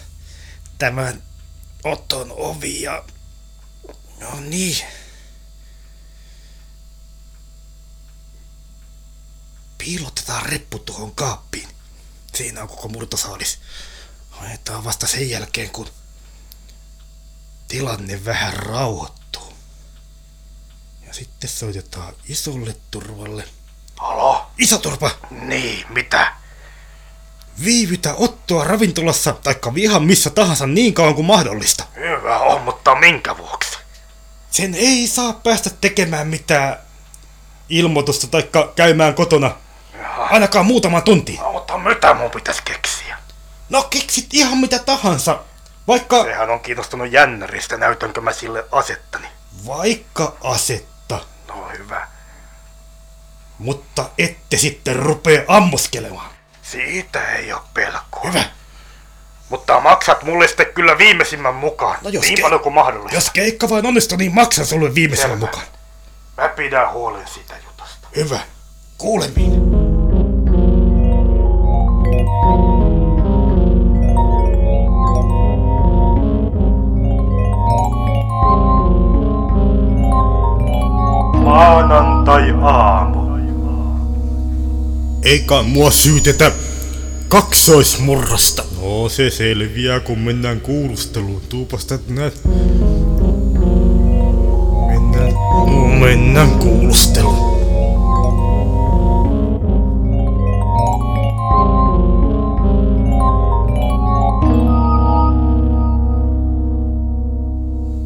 tämän oton ovi ja... No niin. Piilotetaan reppu tuohon kaappiin. Siinä on koko murtosaalis. Haetaan vasta sen jälkeen, kun tilanne vähän rauhoittuu. Ja sitten soitetaan isolle turvalle. Halo? Iso turpa! Niin, mitä? Viivytä ottoa ravintolassa taikka ihan missä tahansa niin kauan kuin mahdollista. Hyvä on, mutta minkä vuoksi? Sen ei saa päästä tekemään mitään ilmoitusta taikka käymään kotona. Ainakaan muutama tunti. No, mutta mitä mun pitäisi keksiä? No keksit ihan mitä tahansa. Vaikka... Sehän on kiinnostunut jännäristä, näytänkö mä sille asettani. Vaikka asetta. No hyvä. Mutta ette sitten rupee ammuskelemaan. Siitä ei oo pelkoa. Hyvä. Mutta maksat mulle sitten kyllä viimeisimmän mukaan. No jos niin ke- paljon kuin mahdollista. Jos keikka vain onnistuu, niin maksan sulle viimeisellä Selvä. mukaan. Mä pidän huolen siitä jutasta. Hyvä. Kuulemiin. Maanantai-aamu. Eikä mua syytetä kaksoismurrosta. No se selviää, kun mennään kuulusteluun. Tuupas tät näet. Mennään. No mennään kuulusteluun.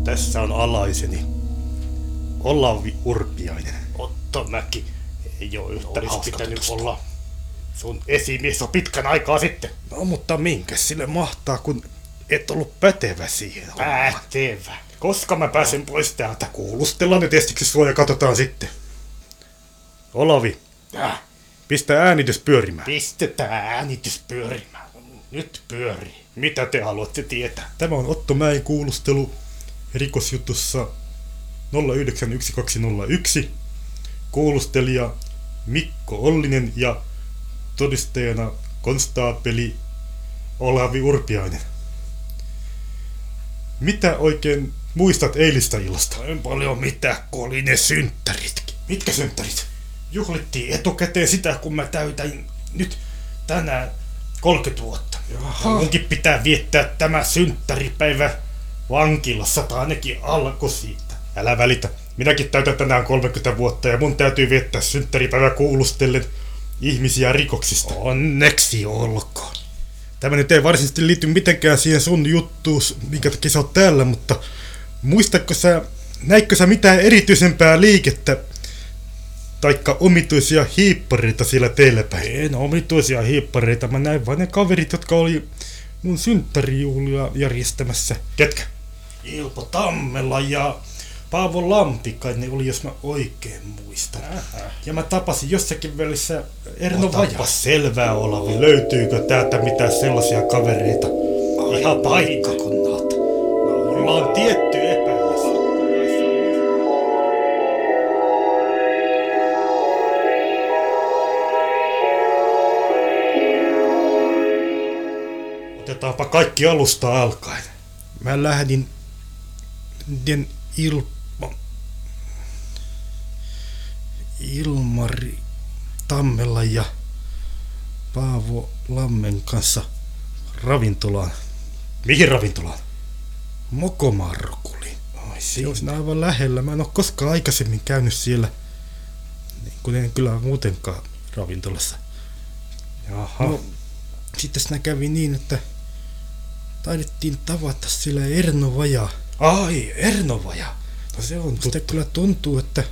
Tässä on alaiseni. Olavi Urpiainen. Otto Mäki. Ei oo yhtä Olis pitänyt olla. Sun esimies on pitkän aikaa sitten. No mutta minkä sille mahtaa, kun et ollut pätevä siihen Pätevä. Koska mä pääsen pois täältä? niin Kuulustellaan nyt ensiksi sua ja katsotaan sitten. Olavi. Äh. Pistä äänitys pyörimään. Pistetään äänitys pyörimään. Nyt pyörii. Mitä te haluatte tietää? Tämä on Otto Mäen kuulustelu rikosjutussa 091201. Kuulustelija Mikko Ollinen ja todistajana konstaapeli Olavi Urpiainen. Mitä oikein muistat eilistä illasta? En paljon mitään, kun oli ne synttäritkin. Mitkä synttärit? Juhlittiin etukäteen sitä, kun mä täytän nyt tänään 30 vuotta. Jaha. Munkin pitää viettää tämä synttäripäivä vankilassa, tai ainakin alku siitä. Älä välitä. Minäkin täytän tänään 30 vuotta ja mun täytyy viettää synttäripäivä kuulustellen ihmisiä rikoksista. Onneksi olkoon. Tämä nyt ei varsinaisesti liity mitenkään siihen sun juttuus, minkä takia sä oot täällä, mutta muistatko sä, näitkö sä mitään erityisempää liikettä taikka omituisia hiippareita siellä teillä päin? En omituisia hiippareita, mä näin vain ne kaverit, jotka oli mun synttärijuhlia järjestämässä. Ketkä? Ilpo Tammela ja Paavo Lampikainen oli, jos mä oikein muistan. Ja mä tapasin jossakin välissä No Erno Vaja. selvää, Olavi. Niin Löytyykö täältä mitään sellaisia kavereita? Ihan paikkakunnalta. Mulla on tietty epäilys. Otetaanpa kaikki alusta alkaen. Mä lähdin den Ilma... Ilmari Tammela ja Paavo Lammen kanssa ravintolaan. Mihin ravintolaan? Mokomarkuliin. Ai se on siinä aivan lähellä. Mä en ole koskaan aikaisemmin käynyt siellä. Niin kuin en kyllä muutenkaan ravintolassa. Jaha. No, sitten siinä kävi niin, että taidettiin tavata sillä Erno Vajaa. Ai, Ernovaja. No se on Musta kyllä tuntuu, että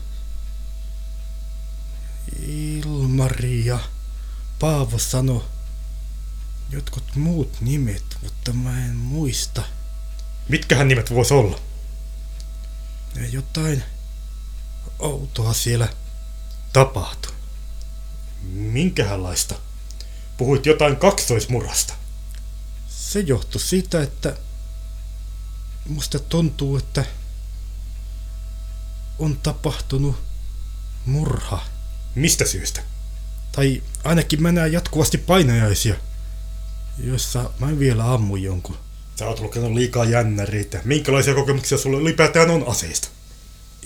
Ilmaria. Paavo sanoi jotkut muut nimet, mutta mä en muista. Mitkähän nimet voisi olla? Ja jotain outoa siellä tapahtui. Minkähänlaista? Puhuit jotain kaksoismurrasta. Se johtui siitä, että musta tuntuu, että on tapahtunut murha. Mistä syystä? Tai ainakin mä näen jatkuvasti painajaisia, joissa mä vielä ammu jonkun. Sä oot lukenut liikaa jännäreitä. Minkälaisia kokemuksia sulla ylipäätään on aseista?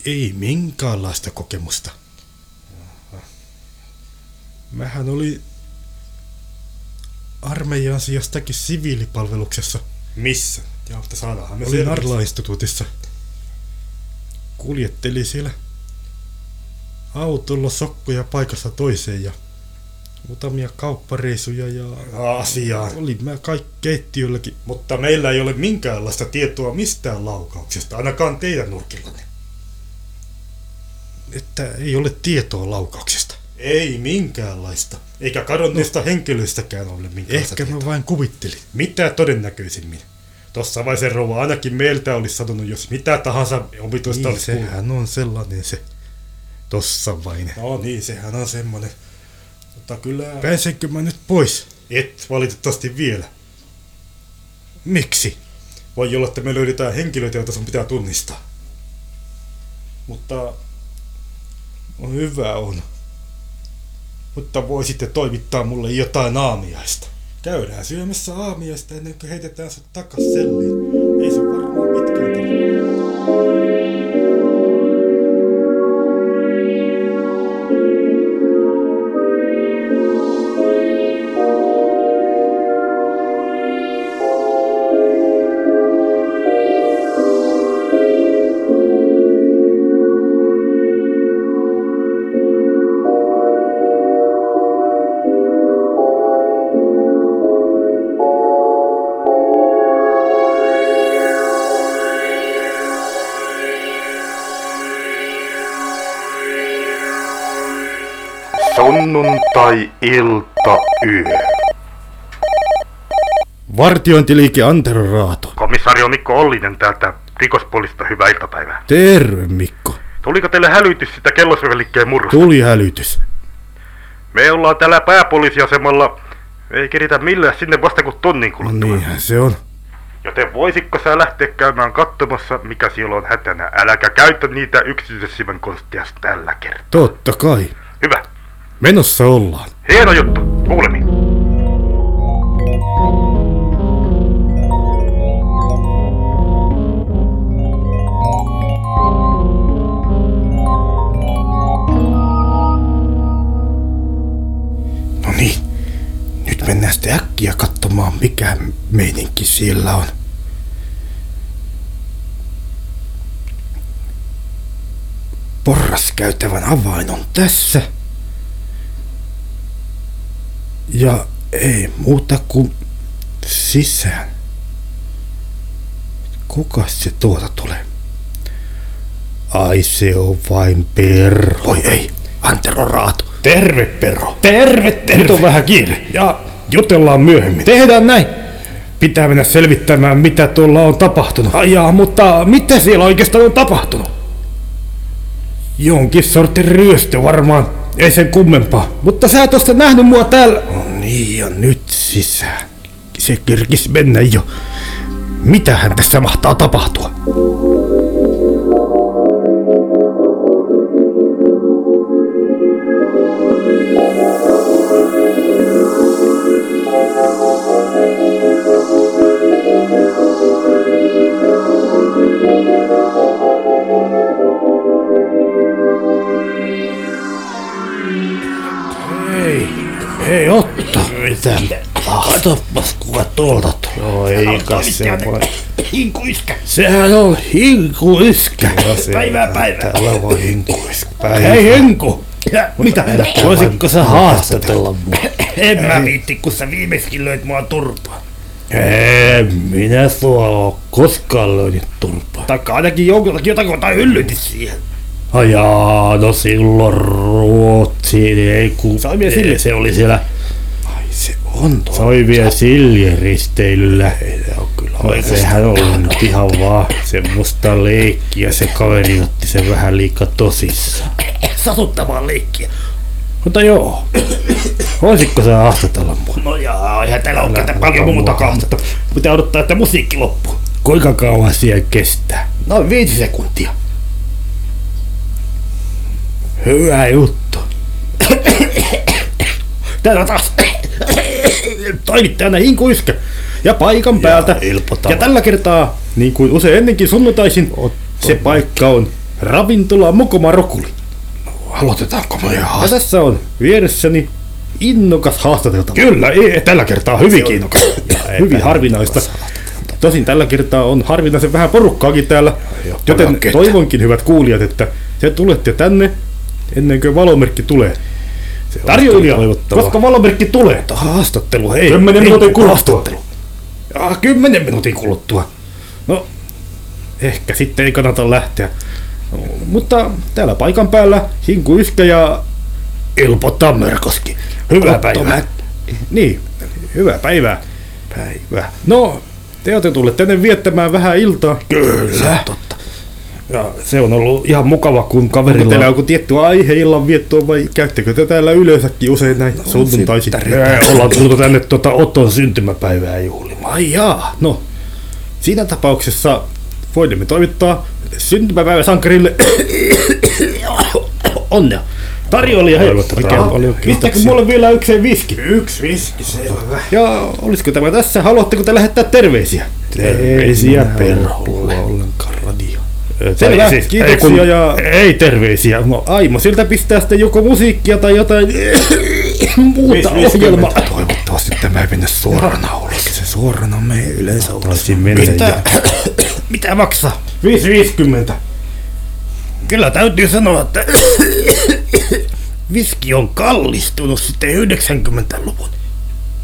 Ei minkäänlaista kokemusta. Mähän oli armeijan sijastakin siviilipalveluksessa. Missä? Ja mutta saadaanhan me Olin Arla-instituutissa. Kuljetteli siellä autolla sokkoja paikassa toiseen ja muutamia kauppareisuja ja... Asiaa. Oli mä kaikki keittiölläkin. Mutta meillä ei ole minkäänlaista tietoa mistään laukauksesta, ainakaan teidän nurkillanne. Että ei ole tietoa laukauksesta. Ei minkäänlaista. Eikä kadonneista no, henkilöistäkään ole minkäänlaista Ehkä tietoa. mä vain kuvittelin. Mitä todennäköisimmin. Tossa vai se rouva ainakin meiltä olisi sanonut, jos mitä tahansa omituista niin, olisi sehän kuullut. on sellainen se. Tossa vain. No niin, sehän on semmoinen. Tota Mutta kyllä... Pääsenkö mä nyt pois? Et valitettavasti vielä. Miksi? Voi olla, että me löydetään henkilöitä, joita sun pitää tunnistaa. Mutta... No hyvä on. Mutta voisitte toimittaa mulle jotain aamiaista. Käydään syömässä aamiaista ennen kuin heitetään sut takas selliin. Ei se varmaan pitkään tarvitse. sunnuntai-iltayö. Vartiointiliike Antero Raato. Komissario Mikko Ollinen täältä rikospolista hyvää iltapäivää. Terve Mikko. Tuliko teille hälytys sitä kellosyölikkeen murrosta? Tuli hälytys. Me ollaan täällä pääpoliisiasemalla. Ei keritä millään sinne vasta kuin tonnin kuluttua. No niinhän se on. Joten voisitko sä lähteä käymään katsomassa, mikä siellä on hätänä? Äläkä käytä niitä yksityisessä konsteja tällä kertaa. Totta kai. Hyvä. Menossa ollaan. Hieno juttu. Kuulemiin. No niin. Nyt mennään sitten äkkiä katsomaan, mikä meininki siellä on. Porraskäytävän avain on tässä. Ja ei muuta kuin sisään. Kuka se tuota tulee? Ai se on vain Perro. Oi ei, Antero Raatu. Terve Perro. Terve, terve. Nyt on vähän kiire. Ja jutellaan myöhemmin. Tehdään näin. Pitää mennä selvittämään, mitä tuolla on tapahtunut. Ai jaa, mutta mitä siellä oikeastaan on tapahtunut? Jonkin sortin ryöstö varmaan. Ei sen kummempaa. Mutta sä et ole nähnyt mua täällä. No niin, ja nyt sisään. Se kirkis mennä jo. Mitähän tässä mahtaa tapahtua? Hei Otto! Mitä? Katoppas kuva tuolta Joo, ei kai se voi. Hinkuiskä! Sehän on hinkuiskä! Päivää päivää! Täällä voi hinkuiskä. Päivää. Hei Henku! Mitä? Voisitko sä haastatella mua? En mä viitti, kun sä viimeiskin löit mua turpaa. Ei, minä sua oo koskaan löynyt turpaa. Taikka ainakin jonkinlakin jotakin hyllytin siihen. Ajaa, no silloin Ruotsiin, ei kun... Saimia Silje. Se oli siellä Ai se on tuo. Soivia Silje-risteilyllä. Se on kyllä No, sehän oli nyt ihan vaan semmoista leikkiä. Se kaveri otti sen vähän liikaa tosissaan. satuttamaan leikkiä. Mutta joo, voisitko sä haastatella mua? No jaa, eihän täällä ole ketään muuta paljon muuta muuta. kahtata. Pitää odottaa, että musiikki loppuu. Kuinka kauan siellä kestää? Noin viisi sekuntia. Hyvä juttu. Täällä taas toimittajana Inku Yskä ja paikan päältä. helpotaan. Ja tällä kertaa, niin kuin usein ennenkin sunnuntaisin, se paikka on ravintola Mokoma Rokuli. Aloitetaanko me Ja haastaa? tässä on vieressäni innokas haastateltava. Kyllä, ei, tällä kertaa Se hyvin on- kiinnokas. Ja hyvin harvinaista. Tosin tällä kertaa on harvinaisen vähän porukkaakin täällä, Ei oo joten paljon ketään. toivonkin hyvät kuulijat, että te tulette tänne ennen kuin valomerkki tulee. Tarjoilija, koska valomerkki tulee. haastattelu, hei. Kymmenen ei, minuutin kuluttua. haastattelu. Ah, kymmenen minuutin kuluttua. No, ehkä sitten ei kannata lähteä. No, mutta täällä paikan päällä Hinku Yskä ja Ilpo Tammerkoski. Hyvää Otto päivää. Mä- Niin, hyvää päivää. Päivää. No, te olette tulleet tänne viettämään vähän iltaa. Kyllä. Totta. Ja se on ollut ihan mukava, kun Onko teillä kaverilla... joku tietty aihe illan viettoa vai käyttekö te täällä yleensäkin usein näin no, sunnuntaisin? Me ollaan tultu tänne tuota Oton syntymäpäivää juhlimaan. Ai jaa, no. Siinä tapauksessa voimme toimittaa syntymäpäiväsankarille onnea. Tarjoilija hei. Toivottavasti Oikein paljon. paljon. Mistäkö Kiitoksia. mulla on vielä yksi viski? Yksi viski, selvä. Ja olisiko tämä tässä? Haluatteko te lähettää terveisiä? Terveisiä perholle. perholle. ollenkaan radio. Tai Selvä, siis- kiitoksia ei kun- ja- Ei terveisiä. No, Aimo, siltä pistää sitten joko musiikkia tai jotain muuta ohjelmaa. Toivottavasti tämä ei mene suorana ulos. Se suorana me ei yleensä ulos. Mitä, mitä maksaa? 550. Kyllä täytyy sanoa, että viski on kallistunut sitten 90-luvun.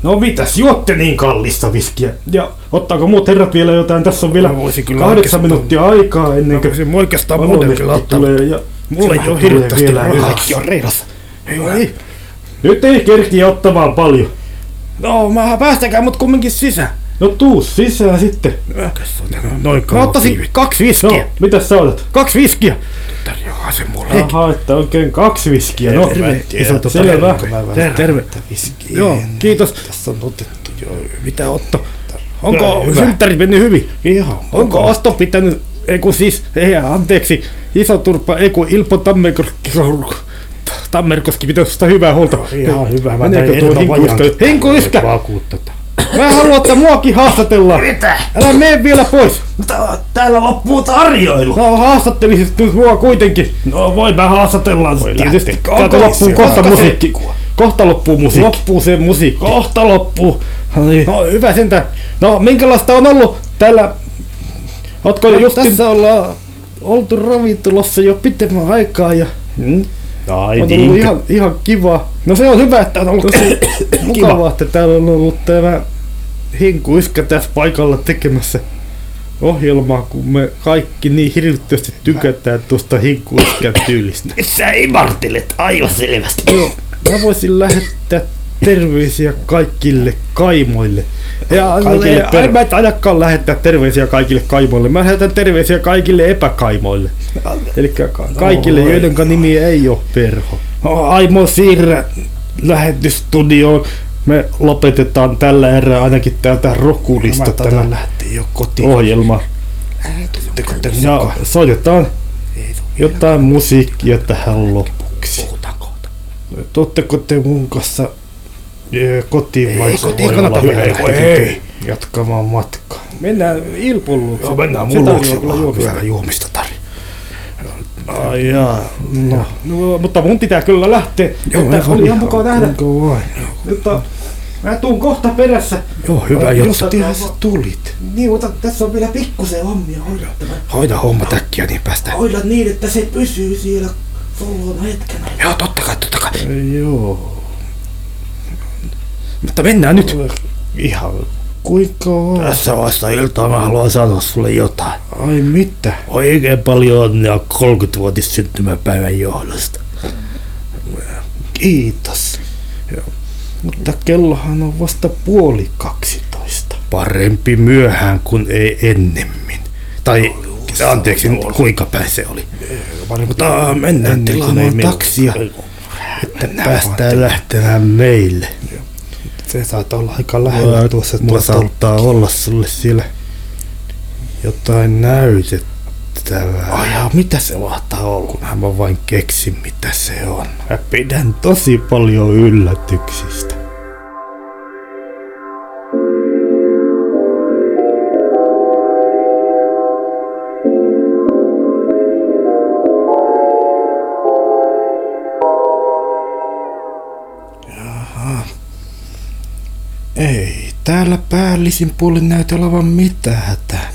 No mitäs, juotte niin kallista viskiä. Ja ottaako muut herrat vielä jotain? Tässä on vielä Mä voisin No, kyllä kahdeksan oikeastaan- minuuttia aikaa ennen kuin Se mun oikeastaan muuten valomerkki kyllä ottaa. tulee. Ja Mulla ei sehän ole tulee hirveästi vielä rahaa. yhdeksi. Kaikki on reilassa. Ei. Nyt ei kerkiä ottamaan paljon. No, mä päästäkää mut kumminkin sisään. No tuu sisään sitten. No, Noin Mä ottaisin kaksi viskiä. No, mitä sä otat? Kaksi viskiä. Tarjoaa se mulle. Aha, että oikein kaksi viskiä. No, Terve. Isä, Tota, selvä. Terve. Terve. Joo, kiitos. Tässä on otettu jo. Mitä Otto? Onko No, hyvä. synttärit mennyt hyvin? Ihan. Onko Osto pitänyt, ei kun siis, ei anteeksi, iso turpa, ei kun Ilpo Tammerkoski, Tammerkoski pitäisi sitä hyvää huolta. No, Ihan hyvä. Mä Meneekö tein tuo Erno Hinku Vajankin. Yskä? Hinku Yskä! Vakuutta. tää. Mä haluan, että muakin haastatellaan. Mitä? Älä mene vielä pois. Täällä loppuu tarjoilu. Mä haastattelisit nyt mua kuitenkin. No voi, mä haastatellaan Voi sit Tietysti. tietysti. Kato loppuu kohta musiikki. Kohta loppuu musiikki. Musiikki. Loppuu se musiikki. Kohta loppuu. No niin. No hyvä sentään. No minkälaista on ollut täällä? Ootko no, justin... Tässä ollaan oltu ravintolassa jo pitemmän aikaa ja mm. Ai on ollut ihan, ihan kivaa. No se on hyvä, että on ollut mukavaa, että täällä on ollut tämä hinku iskä tässä paikalla tekemässä ohjelmaa, kun me kaikki niin hirvittävästi tykätään tuosta hinku iskän tyylistä. Sä imartelet aivan selvästi. Joo, mä voisin lähettää terveisiä kaikille kaimoille. Ja Kaikille kaikille per- per... mä et ainakaan lähettää terveisiä kaikille kaimoille. Mä lähetän terveisiä kaikille epäkaimoille. Eli kaikille, Oi. joiden nimi ei ole Perho. No, Aimo Sirrä. Lähetystudioon me lopetetaan tällä erää ainakin täältä rokulista tämä lähtee jo kotiin. ohjelma. Oletteko te Ja soitetaan jotain musiikkia tähän lopuksi. Tuotteko te mun kanssa ö, kotiin vai kotiin voi kannata olla mennä. lähdettekö Ei. te jatkamaan matkaa? Mennään Ilpun luokse. Joo, mennään mun luokse vaan. Vielä juomista tarjoaa. Ai jaa. No. no. mutta mun pitää kyllä lähteä. Joo, ei voi oli ihan mitään. mukava nähdä. Kuinka vain. Mutta mä tuun kohta perässä. Joo, hyvä Ai, juttu. just- Tiedän sä tulit. Niin, mutta tässä on vielä pikkusen hommia hoidettava. Hoida homma äkkiä, niin päästään. Hoidat niin, että se pysyy siellä solun hetken. Joo, totta kai, totta kai. Joo. Mutta mennään nyt. Ihan Kuinka on? Tässä vasta iltaa mä haluan sanoa sulle jotain. Ai mitä? Oikein paljon onnea 30-vuotis syntymäpäivän johdosta. Kiitos. Joo. Mutta kellohan on vasta puoli 12. Parempi myöhään kuin ei ennemmin. Tai no, anteeksi, no, kuinka päin se oli. Parempi, Mutta mennään tilaamaan taksia. Että päästään lähtemään meille. Joo se saattaa olla aika lähellä Mua, tuossa. Mulla saattaa olla sulle siellä jotain näytettävää. Ai jaa, mitä se mahtaa olla? Kunhan mä vain keksin, mitä se on. Mä pidän tosi paljon yllätyksistä. Ei, täällä päällisin puolin näytä olevan mitään hätää.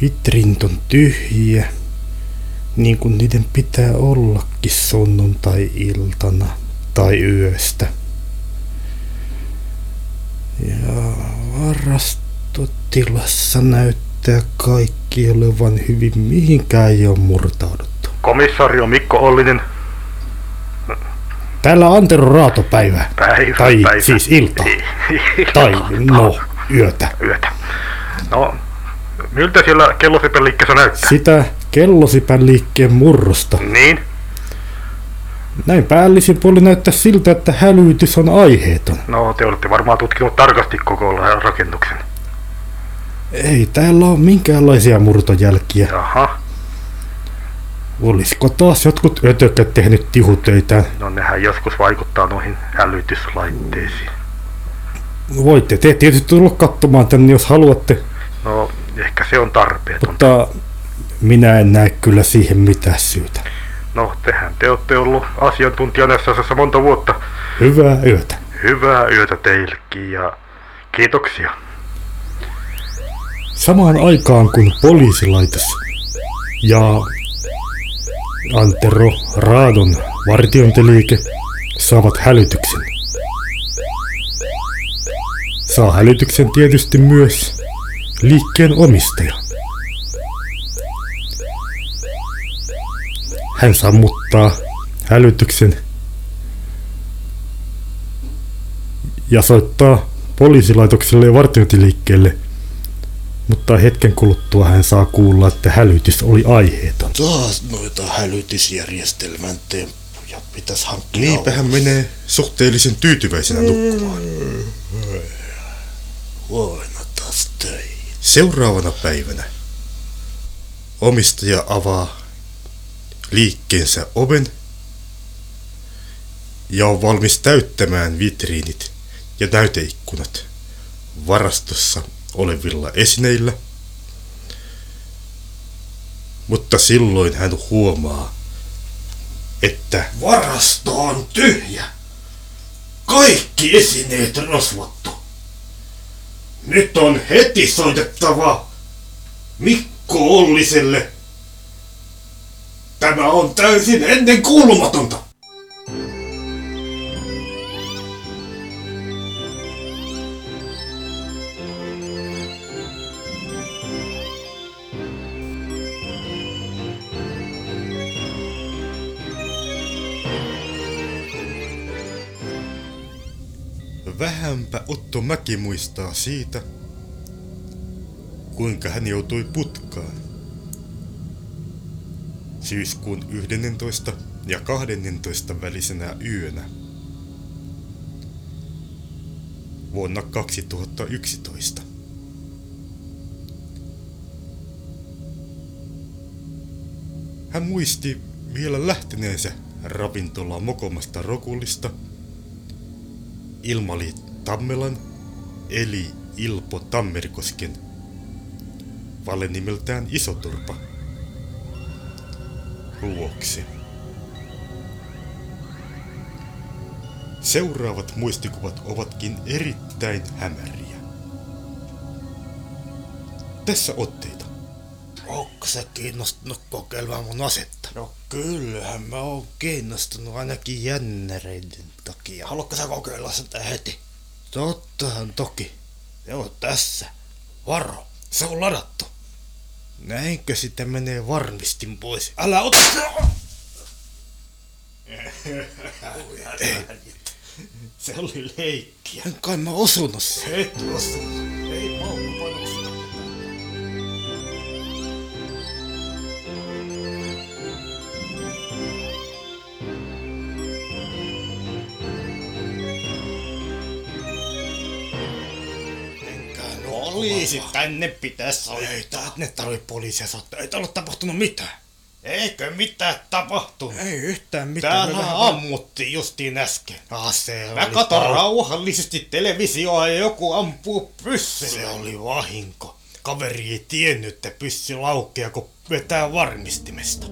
Vitrint on tyhjiä, niin kuin niiden pitää ollakin sunnuntai-iltana tai yöstä. Ja varastotilassa näyttää kaikki olevan hyvin, mihinkään ei ole murtauduttu. Komissario Mikko Ollinen, Täällä Antero Raatopäivä. Päivä, tai päivä. Niin. siis ilta. ilta. Tai no, yötä. Yötä. No, miltä siellä kellosipän liikkeessä näyttää? Sitä kellosipän liikkeen murrosta. Niin? Näin päällisin puoli näyttää siltä, että hälytys on aiheeton. No, te olette varmaan tutkinut tarkasti koko rakennuksen. Ei täällä ole minkäänlaisia murtojälkiä. Aha. Olisiko taas jotkut ötökät tehnyt tihutöitä? No nehän joskus vaikuttaa noihin hälytyslaitteisiin. Voitte te tietysti tulla katsomaan tänne, jos haluatte. No, ehkä se on tarpeeton. Mutta minä en näe kyllä siihen mitään syytä. No, tehän te olette ollut asiantuntija tässä asiassa monta vuotta. Hyvää yötä. Hyvää yötä teillekin ja kiitoksia. Samaan aikaan kun poliisilaitos ja Antero Raadon vartiointiliike saavat hälytyksen. Saa hälytyksen tietysti myös liikkeen omistaja. Hän sammuttaa hälytyksen ja soittaa poliisilaitokselle ja vartiointiliikkeelle – mutta hetken kuluttua hän saa kuulla, että hälytys oli aiheeton. Taas noita hälytysjärjestelmän temppuja pitäis hankkia. Niinpähän menee suhteellisen tyytyväisenä nukkumaan. Huomenna taas töihin. Seuraavana päivänä omistaja avaa liikkeensä oven ja on valmis täyttämään vitriinit ja näyteikkunat varastossa olevilla esineillä. Mutta silloin hän huomaa, että varasto on tyhjä. Kaikki esineet rosvottu. Nyt on heti soitettava Mikko Olliselle. Tämä on täysin ennen kuulumatonta. Vähänpä Otto Mäki muistaa siitä, kuinka hän joutui putkaan. Syyskuun 11. ja 12. välisenä yönä. Vuonna 2011. Hän muisti vielä lähteneensä ravintola mokomasta rokulista – Ilmali Tammelan, eli Ilpo Tammerkosken, valenimeltään Isoturpa, luokse. Seuraavat muistikuvat ovatkin erittäin hämäriä. Tässä otteita. Onko sä kiinnostunut kokeilemaan mun asetta? No kyllähän mä oon kiinnostunut ainakin jännäreiden takia. Haluatko sä kokeilla sitä heti? Tottahan toki. Se on tässä. Varo, se on ladattu. Näinkö sitä menee varmistin pois? Älä ota! Ei. Se oli leikkiä. En kai mä osunut sen. Et osunut. Ei Paukku panoksia. Poliisit tänne pitäisi soittaa. Ei tänne tarvi poliisia soittaa. Ei täällä ole tapahtunut mitään. Eikö mitään tapahtunut? Ei yhtään mitään. Täällä ammuttiin justiin äsken. Ah, se Mä katon pal- rauhallisesti televisioa ja joku ampuu pyssillä. Se oli vahinko. Kaveri ei tiennyt, että pyssi laukea, kun vetää varmistimesta.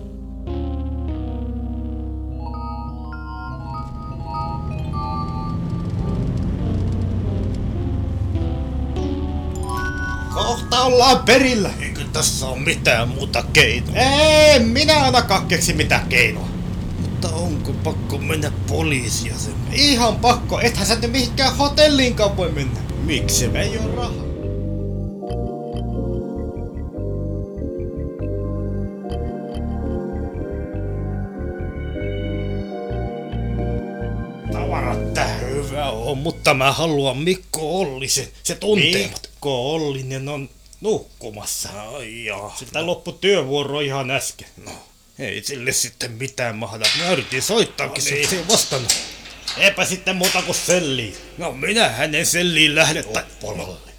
Kohta ollaan perillä. Eikö tässä ole mitään muuta keinoa? Ei, minä ainakaan keksi mitään keinoa. Mutta onko pakko mennä poliisia sen? Ihan pakko, ethän sä nyt mihinkään hotelliinkaan voi mennä. Miksi? Ei oo rahaa. Tavarat tähän. Hyvä on, mutta mä haluan Mikko Ollisen. Se tuntee mut. Mikko Ollinen on nukkumassa. Ai jaa. Siltä no. loppu työvuoro ihan äsken. No, ei sille sitten mitään mahda. Mä yritin soittaakin, no, niin. se ei vastannut. Eipä sitten muuta kuin selliin. No minä hänen selliin lähden. Tai... Pololle.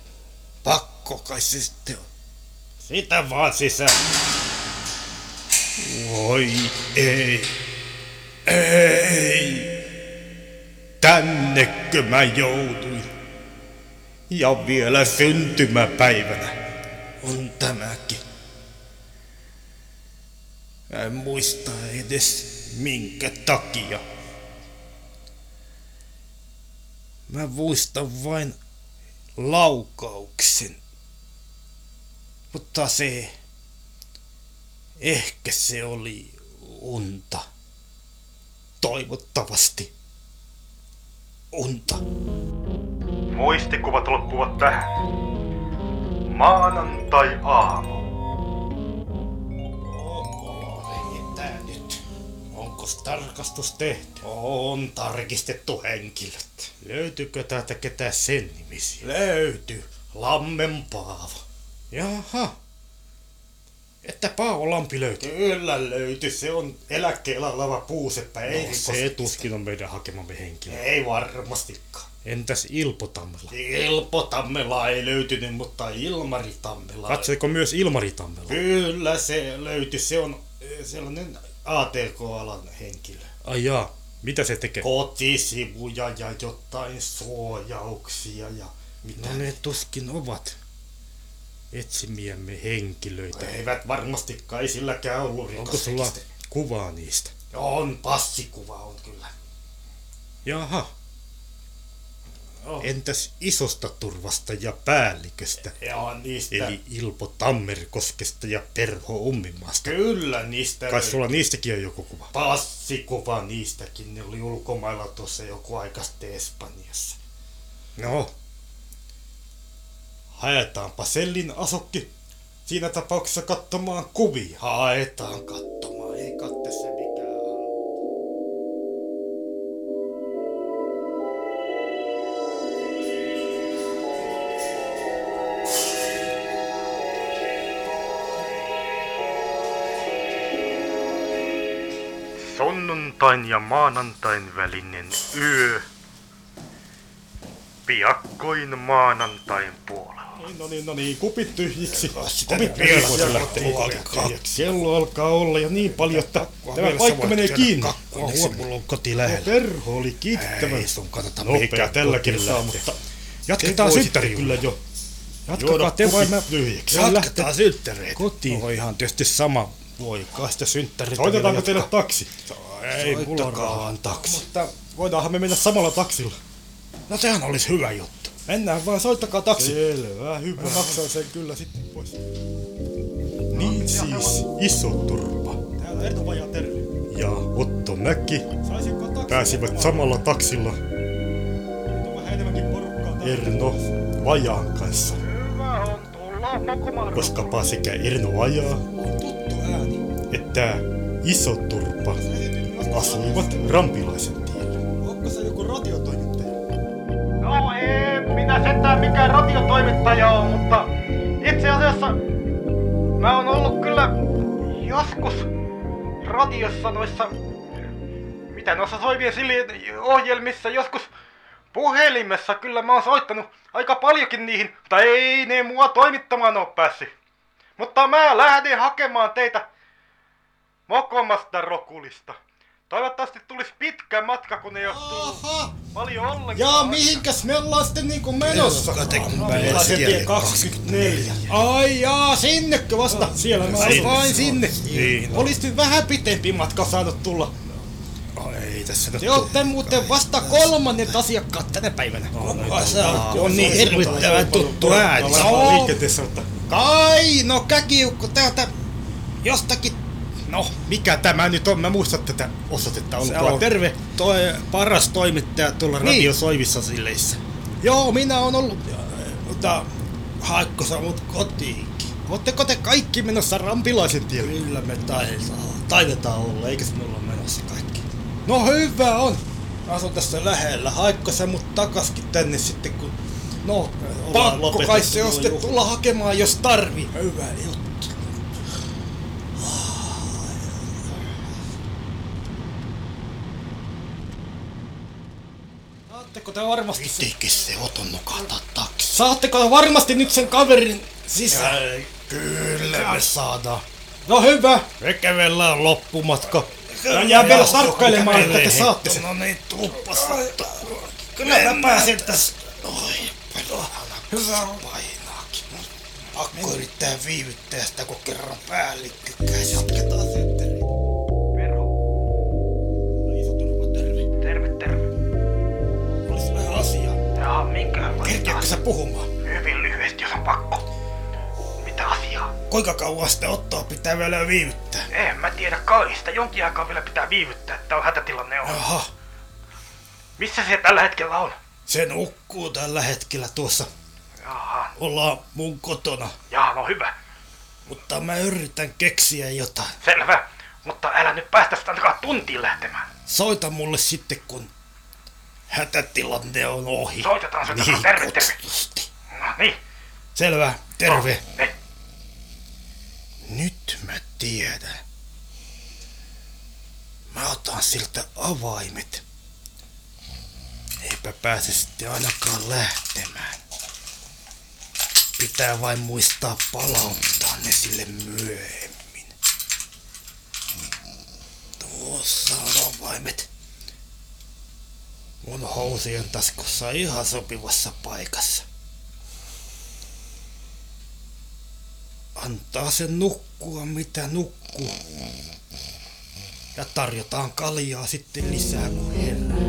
Pakko kai se sitten on. Sitä vaan sisään. Voi ei. Ei. Tännekö mä jouduin? ja vielä syntymäpäivänä. On tämäkin. En muista edes minkä takia. Mä muistan vain laukauksen. Mutta se... Ehkä se oli unta. Toivottavasti. Unta. Muistikuvat loppuvat tähän. Maanantai-aamu. Mitä nyt? Onko tarkastus tehty? On tarkistettu henkilöt. Löytyykö täältä ketään sen nimisiä? Löytyy. Lammen Paavo. Jaha. Että Paavo Lampi löytyy? Kyllä löytyy. Se on eläkkeellä oleva puuseppä. No, ei se tuskin on meidän hakemamme henkilö. Ei varmastikaan. Entäs Ilpo Tammela? Ilpo Tammela ei löytynyt, mutta Ilmari Tammela... Katsoiko myös Ilmari Tammela? Kyllä se löytyi. Se on sellainen ATK-alan henkilö. Ai jaa. Mitä se tekee? Kotisivuja ja jotain suojauksia ja mitä. No ne tuskin ovat etsimiämme henkilöitä. Eivät varmastikaan, ei silläkään ollut Onko sulla kuvaa niistä? On, passikuva on kyllä. Jaha, Oh. Entäs isosta turvasta ja päälliköstä? Joo, niistä. Eli Ilpo Tammerkoskesta ja Perho Ummimaasta. Kyllä, niistä. Kai sulla niistäkin on joku kuva. Passikuva niistäkin. Ne oli ulkomailla tuossa joku aika sitten Espanjassa. No. Haetaanpa Sellin asukki siinä tapauksessa katsomaan kuvia. Haetaan katsomaan, ei katte se mikään. sunnuntain ja maanantain välinen yö. Piakkoin maanantain puolella. Niin, no niin, no niin, kupit tyhjiksi. Kupit vielä Kello alkaa olla ja niin paljon, että tämä paikka menee kiinni. no Onneksi mulla on koti lähellä. Perho oli kiittävä. Ei sun kannata Nopea tälläkin saa, mutta jatketaan synttäriin. Kyllä jo. Jatkakaa te vai mä Jatketaan synttäreitä. Kotiin. No ihan tietysti sama voi sitä synttärit. Soitetaanko teille taksi? Ei mullakaan taksi. Mutta voidaanhan me mennä samalla taksilla. No sehän olisi hyvä juttu. Mennään vaan, soittakaa taksi. Selvä, hyvä. Mä maksan sen kyllä sitten pois. Äh. Niin siis, iso turva. Täällä Ertova ja Terve. Ja Otto Mäki pääsivät samalla taksilla. Nyt on vähän enemmänkin porukkaa Erno Vajaan kanssa. Hyvä on tulla mokomaan. Koska sekä Erno Vajaa tuttu ääni. että iso turpa asuivat rampilaisen tiellä. Onko se joku radiotoimittaja? No ei, minä sentään mikään radiotoimittaja on, mutta itse asiassa mä oon ollut kyllä joskus radiossa noissa, mitä noissa soivien silien ohjelmissa, joskus puhelimessa kyllä mä oon soittanut aika paljonkin niihin, mutta ei ne mua toimittamaan oo päässyt. Mutta mä lähden hakemaan teitä mokomasta rokulista. Toivottavasti tulisi pitkä matka, kun ei ole tullut Aha! paljon ollenkaan. Ja mihinkäs me ollaan sitten niinku menossa? Katekpäin Tie 24. Ai jaa, sinnekö vasta? Siellä mä oon vain sinne. Niin. Olis nyt vähän pitempi matka saanut tulla. Ai, ei tässä nyt Te olette muuten vasta kolmannet asiakkaat tänä päivänä. Se on niin hirvittävän tuttu ääni. Joo. liikenteessä, mutta... Kai, no käkiukko täältä jostakin. No, mikä tämä nyt on? Mä muistan tätä osoitetta Se olkoon. on Ter- terve. Toi paras toimittaja tuolla niin. radiosoivissa silleissä. Joo, minä on ollut. äh, tota, Mutta haikko sä mut kotiinkin? Ootteko te kaikki menossa rampilaisen tielle? Kyllä me taidetaan, taidetaan olla, eikös me olla menossa kaikki. No hyvä on. Asun tässä lähellä, haikko sä mut takaskin tänne sitten kun... No, Ollaan pakko lopetettu kai se nuo on sitten juhlat. tulla hakemaan, jos tarvii. Hyvä juttu. Saatteko te varmasti sen? Pitikö se oton nukata taksi? Saatteko te varmasti nyt sen kaverin sisään? Kyllä me saadaan. No hyvä. Me kävellään loppumatka. Mä jään vielä tarkkailemaan, että te saatte sen. No niin, tuppas. Kyllä mä pääsen tässä. Oi, perhana, hyvä on painaakin. Pakko yrittää viivyttää sitä, kun kerran päällikkö käy. Jatketaan sitten. Perho. No, Iso turva, terve. Terve, terve. Olis vähän asiaa. Jaa, minkähän Kerkeätkö sä puhumaan? Hyvin lyhyesti, jos on pakko. Mitä asiaa? Kuinka kauan sitä ottoa pitää vielä viivyttää? En mä tiedä kai. Sitä jonkin aikaa vielä pitää viivyttää, että on hätätilanne on. Aha, Missä se tällä hetkellä on? se nukkuu tällä hetkellä tuossa. Jaha, Ollaan mun kotona. jaa, no hyvä. Mutta mä yritän keksiä jotain. Selvä. Mutta älä nyt päästä sitä ainakaan tuntiin lähtemään. Soita mulle sitten, kun hätätilanne on ohi. Soitetaan, soitetaan. Niin Terve, terve. kutsutusti. No niin. Selvä, terve. Hei. Nyt mä tiedän. Mä otan siltä avaimet. Eipä pääse sitten ainakaan lähtemään. Pitää vain muistaa palauttaa ne sille myöhemmin. Tuossa on avaimet. Mun housien taskussa ihan sopivassa paikassa. antaa sen nukkua mitä nukkuu. Ja tarjotaan kaljaa sitten lisää kun herää.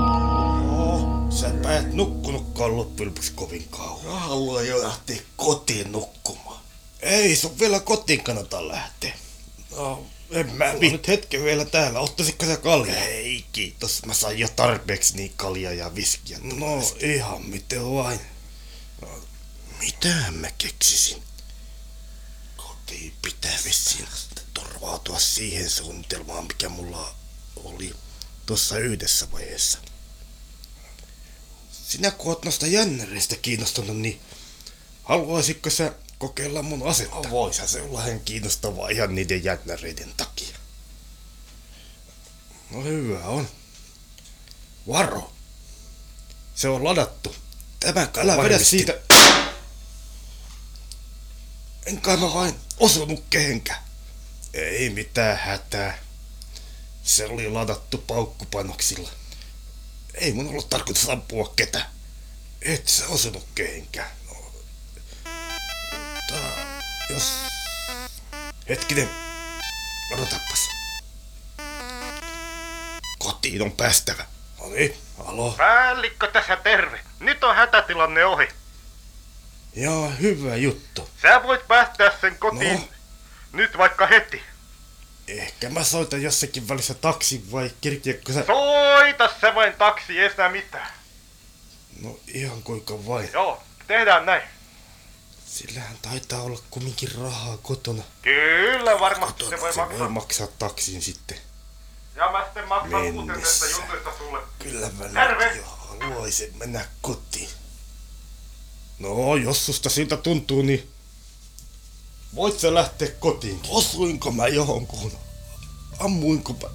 Joo, säpä et nukkunutkaan loppujen lopuksi kovin kauan. Mä haluan jo lähteä kotiin nukkumaan. Ei, sun vielä kotiin kannata lähteä. No, En mä Sulla vi- on nyt hetken vielä täällä. Ottaisitko sä kaljaa? ei kiitos. Mä sain jo tarpeeksi niin kaljaa ja viskiä. No ihan miten vain. Mitä No, mä keksisin? Kotiin pitää vissiin turvautua siihen suunnitelmaan, mikä mulla oli tuossa yhdessä vaiheessa. Sinä kun oot noista jännäreistä kiinnostunut, niin haluaisitko sä kokeilla mun asetta? Voisihan No, se olla ihan kiinnostavaa ihan niiden jännäreiden takia. No hyvä on. Varo. Se on ladattu. Tämä kai Älä vedä varmasti- siitä. En kai mä vain osunut kehenkään. Ei mitään hätää. Se oli ladattu paukkupanoksilla. Ei mun ollut tarkoitus ampua ketä. Et sä osunut kehenkään. No. Mutta jos... Hetkinen. Odotapas. Kotiin on päästävä. No niin, alo. Päällikkö tässä terve. Nyt on hätätilanne ohi. Joo, hyvä juttu. Sä voit päästää sen kotiin. No. Nyt vaikka heti. Ehkä mä soitan jossakin välissä taksi vai kirkiekko sä... Soita sä vain taksi, ei sitä mitään. No ihan kuinka vain. Joo, tehdään näin. Sillähän taitaa olla kumminkin rahaa kotona. Kyllä varmasti kotona. se voi se maksaa. voi maksaa taksin sitten. Ja mä sitten maksan muuten tästä jutuista sulle. Kyllä mä Terve! jo haluaisin mennä kotiin. No, jos susta siltä tuntuu, niin voit sä lähteä kotiin. Osuinko mä johonkuun? Ammuinko mä?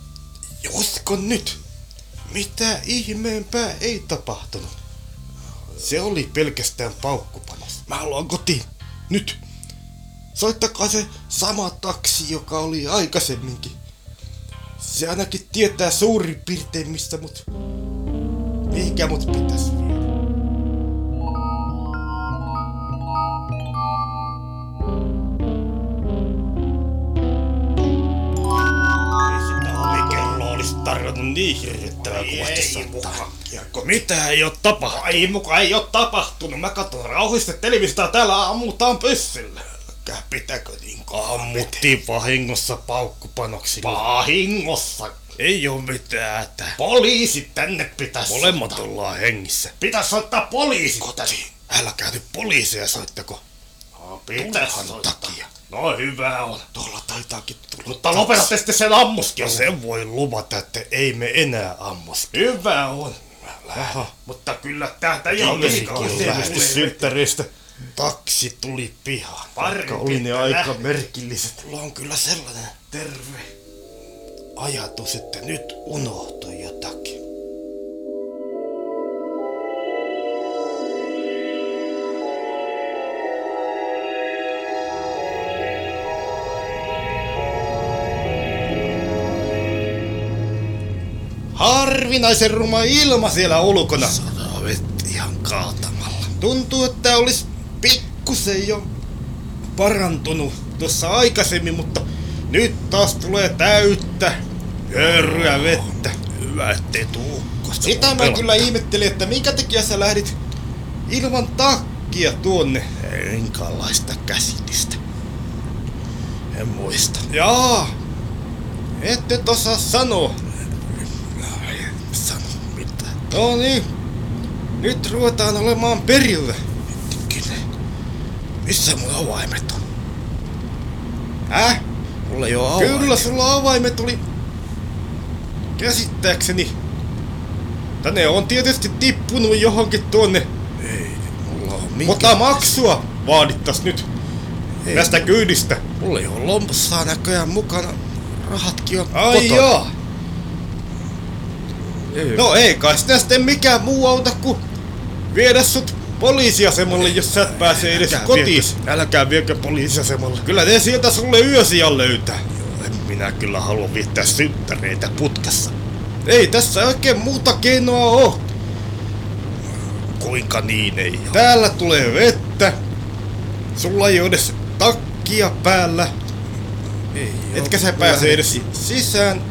Josko nyt? Mitä ihmeempää ei tapahtunut? Se oli pelkästään paukkupanos. Mä haluan kotiin. Nyt. Soittakaa se sama taksi, joka oli aikaisemminkin. Se ainakin tietää suurin piirtein mistä mut... Mihinkä mut pitäisi viedä. tarjonnut niin hirvittävää kuvasti soittaa. Mitä ei oo tapahtunut? Ei muka ei oo tapahtunut. Mä katon rauhista televisiota täällä ammutaan pyssillä. Älkää pitäkö niin Ammuttiin vahingossa paukkupanoksilla. Vahingossa? Ei oo mitään hätää. Poliisi tänne pitäis Molemmat soittaa. ollaan hengissä. Pitäis soittaa poliisi Kotiin. Älkää nyt poliiseja soittako. No, pitäis takia. No hyvä on. Tuolla taitaakin tulla. Mutta lopetatte sitten sen ammuskelun. Sen voi luvata, että ei me enää ammuskella. Hyvä on. Lähde. Mutta kyllä täältä ei ole selvästi synttäristä. Taksi tuli pihaan. Vaikka oli ne aika lähde. merkilliset. Mulla on kyllä sellainen terve ajatus, että nyt unohtui jotakin. Harvinaisen ruma ilma siellä ulkona. Sanoit ihan kaatamalla. Tuntuu, että olisi pikkusen jo parantunut tuossa aikaisemmin, mutta nyt taas tulee täyttä hörryä vettä. Hyvä, ettei tuu. Sitä mä pelottaa. kyllä ihmettelin, että minkä takia sä lähdit ilman takkia tuonne. Enkäänlaista käsitystä. En muista. Jaa, et nyt osaa sanoa. Sano mitä. No niin. Nyt ruvetaan olemaan perillä. Hetkinen. Missä mun avaimet on? Häh? Mulla ei oo avaimet. Kyllä sulla avaimet oli. Käsittääkseni. Tänne on tietysti tippunut johonkin tuonne. Ei, mulla on minkä... Mutta maksua vaadittas nyt. Ei, tästä mulla... kyydistä. Mulla ei oo lompossa näköjään mukana. Rahatkin on Ai kotona. joo. Ei. No ei kai sitä sitten mikään muu auta kuin viedä sut poliisiasemalle, jos sä et pääse edes älkää kotiin. Viekö, älkää viekö poliisiasemalle. Kyllä ne sieltä sulle yösiä löytää. Joo, en minä kyllä halua viettää synttäreitä putkassa. Ei tässä oikein muuta keinoa oo. Kuinka niin ei oo? Täällä tulee vettä. Sulla ei ole edes takkia päällä. Ei Etkä sä pääse edes sisään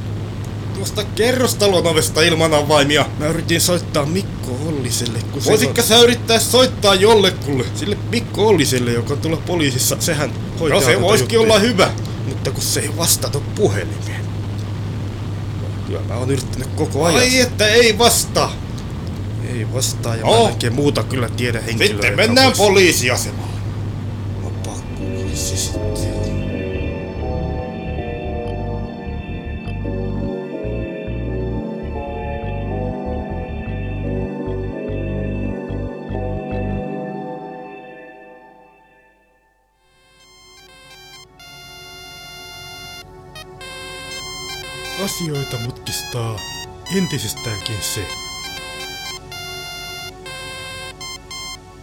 tuosta kerrostalon ovesta ilman avaimia. Mä yritin soittaa Mikko Olliselle, kun Voisitko sä yrittää soittaa jollekulle? Sille Mikko Olliselle, joka on tuolla poliisissa, sehän hoitaa No se voisikin olla hyvä, mutta kun se ei vastata puhelimeen. Kyllä mä oon yrittänyt koko ajan. Ai että ei vastaa! Ei vastaa ja oh. mä muuta kyllä tiedä henkilöä. Sitten mennään poliisiasemalle. Mä pakko olisi sitten. asioita mutkistaa entisestäänkin se,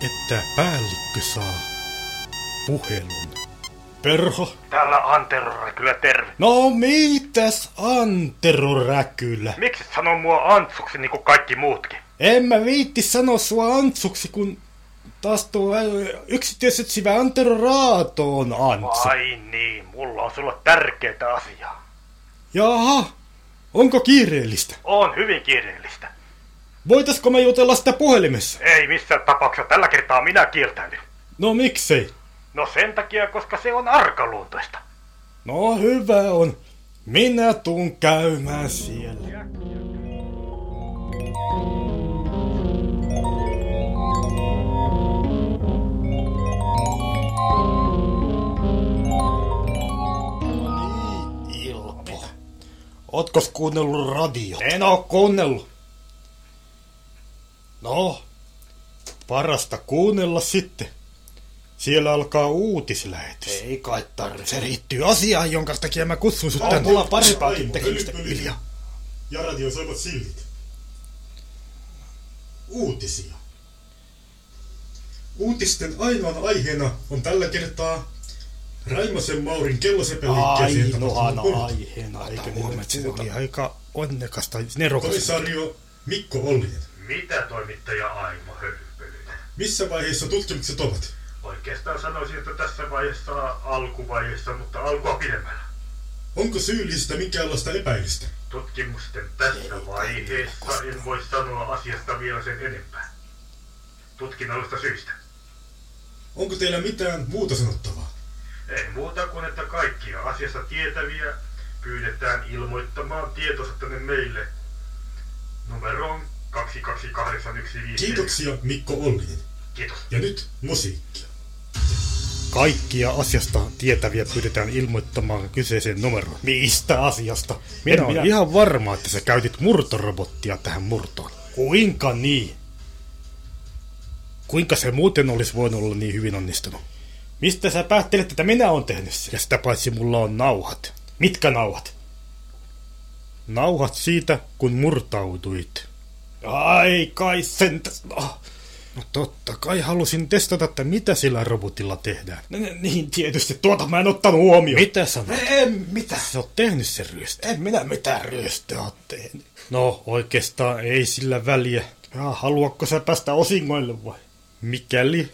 että päällikkö saa puhelun. Perho? Täällä Antero Räkylä, terve. No mitäs Antero Räkylä? Miksi sanoo mua Antsuksi niin kuin kaikki muutkin? En mä viitti sanoa sua Antsuksi, kun taas tuo äh, yksityiset sivä Antero Raato on Antsu. Ai niin, mulla on sulla tärkeitä asiaa. Jaha, onko kiireellistä? On hyvin kiireellistä. Voitaisko me jutella sitä puhelimessa? Ei missään tapauksessa, tällä kertaa minä kieltäydyn. No miksei? No sen takia, koska se on arkaluontoista. No hyvä on. Minä tuun käymään siellä. Ilpo. Ootkos kuunnellut radiota? En oo kuunnellut. No, parasta kuunnella sitten. Siellä alkaa uutislähetys. Ei kai tarvitse. Se riittyy asiaan, jonka takia mä kutsun sut tänne. Mulla on parempaakin tekemistä, Vilja. Ja radio soivat sillit. Uutisia. Uutisten ainoana aiheena on tällä kertaa Raimasen Maurin kellosepeliikkeeseen Ainoana aiheena, eikö niin? Se oli aika onnekas tai nerokas. Komisario Mikko Ollinen. Mitä toimittaja Aimo hömpelytä? Missä vaiheessa tutkimukset ovat? Oikeastaan sanoisin, että tässä vaiheessa alkuvaiheessa, mutta alkua pidemmällä. Onko syyllistä minkäänlaista epäilystä? Tutkimusten tässä vaiheessa en voi sanoa asiasta vielä sen enempää. Tutkinnallista syistä. Onko teillä mitään muuta sanottavaa? Ei muuta kuin, että kaikkia asiasta tietäviä pyydetään ilmoittamaan tietonsa tänne meille numeroon 228155. Kiitoksia Mikko Ollinen. Kiitos. Ja nyt musiikkia. Kaikkia asiasta tietäviä pyydetään ilmoittamaan kyseiseen numeroon. Mistä asiasta? Minä olen ihan varma, että sä käytit murtorobottia tähän murtoon. Kuinka niin? Kuinka se muuten olisi voinut olla niin hyvin onnistunut? Mistä sä päättelet, että minä olen tehnyt sen? Ja sitä paitsi mulla on nauhat. Mitkä nauhat? Nauhat siitä, kun murtauduit. Ai kai sentäs... Oh. No totta kai halusin testata, että mitä sillä robotilla tehdään. N- niin tietysti, tuota mä en ottanut huomioon. Mitä sanot? En mitä. Sä oot tehnyt sen ryöstö. En minä mitään ryöstöä oot tehnyt. No oikeastaan ei sillä väliä. Ja, haluatko sä päästä osingoille vai? Mikäli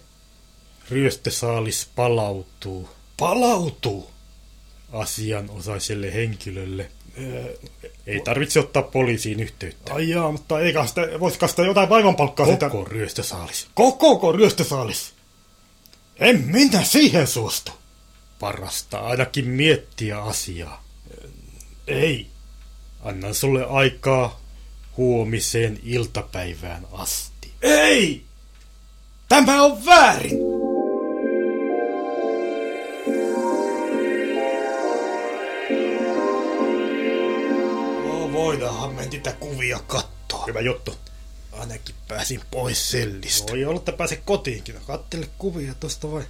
ryöstösaalis palautuu. Palautuu? Asianosaiselle henkilölle. Öö, Ei tarvitse ottaa poliisiin yhteyttä. Ai jaa, mutta eikä sitä, voisikaan sitä jotain vaivanpalkkaa sitä... Koko ryöstösaalis. Koko ryöstösaalis? En minä siihen suostu. Parasta ainakin miettiä asiaa. Ei. Annan sulle aikaa huomiseen iltapäivään asti. Ei! Tämä on väärin! No, voidaanhan me niitä kuvia kattoa. Hyvä juttu. Ainakin pääsin pois sellistä. Voi olla, että pääse kotiinkin. No, Kattele kuvia tosta vai?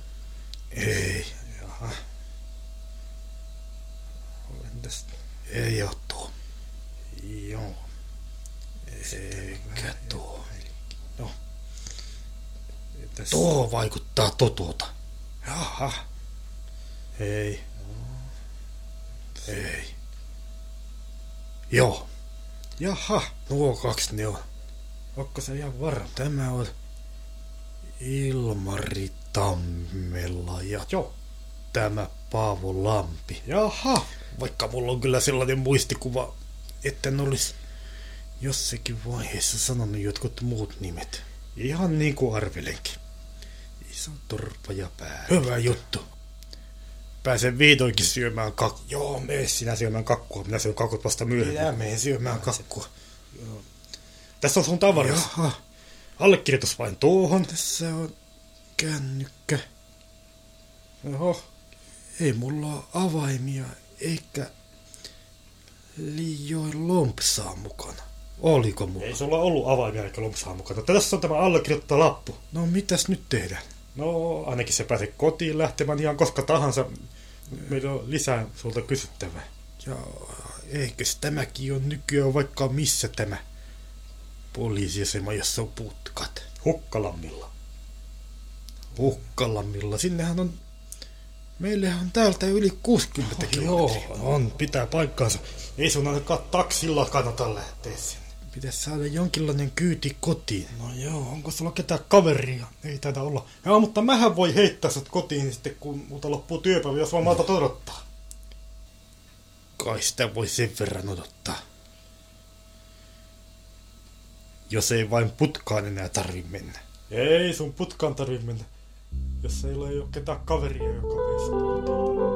Ei. Jaha. Entäs? Ei oo tuo. Joo. Eikä tuo. No. Entäs? Tuo vaikuttaa totulta. Jaha. Ei. Ei. Joo. Jaha. Nuo kaksi ne on. Onko se ihan varma? Tämä on Ilmari Tammella ja Joo. tämä Paavo Lampi. Jaha. Vaikka mulla on kyllä sellainen muistikuva, että en olisi jossakin vaiheessa sanonut jotkut muut nimet. Ihan niin kuin arvelenkin. Iso torpa ja pää. Hyvä juttu pääsen vihdoinkin syömään kakkua. Joo, mene sinä syömään kakkua. Minä syön kakut vasta myöhemmin. Minä menen syömään kakkua. Joo. Tässä on sun tavaras. Jaha. Allekirjoitus vain tuohon. Tässä on kännykkä. Oho. Ei mulla ole avaimia eikä liioin lompsaa mukana. Oliko mulla? Ei sulla ollut avaimia eikä lompsaa mukana. Tässä on tämä allekirjoittaa lappu. No mitäs nyt tehdään? No, ainakin se pääsee kotiin lähtemään ihan koska tahansa. Meillä on lisää sulta kysyttävää. Ja eikös tämäkin ole nykyään vaikka missä tämä poliisiasema, jossa on putkat? Hukkalammilla. Hukkalammilla. Sinnehän on... Meillähän on täältä yli 60 oh, kilometriä. Joo, on, pitää paikkaansa. Ei sun ainakaan taksilla kannata lähteä sinne. Pitäisi saada jonkinlainen kyyti kotiin. No joo, onko sulla ketään kaveria? Ei taida olla. Joo, mutta mähän voi heittää sut kotiin sitten, kun muuta loppuu työpäivä, jos vaan no. malta odottaa. Kai sitä voi sen verran odottaa. Jos ei vain putkaan enää tarvi mennä. Ei sun putkaan tarvi mennä. jos ei ole jo ketään kaveria, joka veisi tuntilta.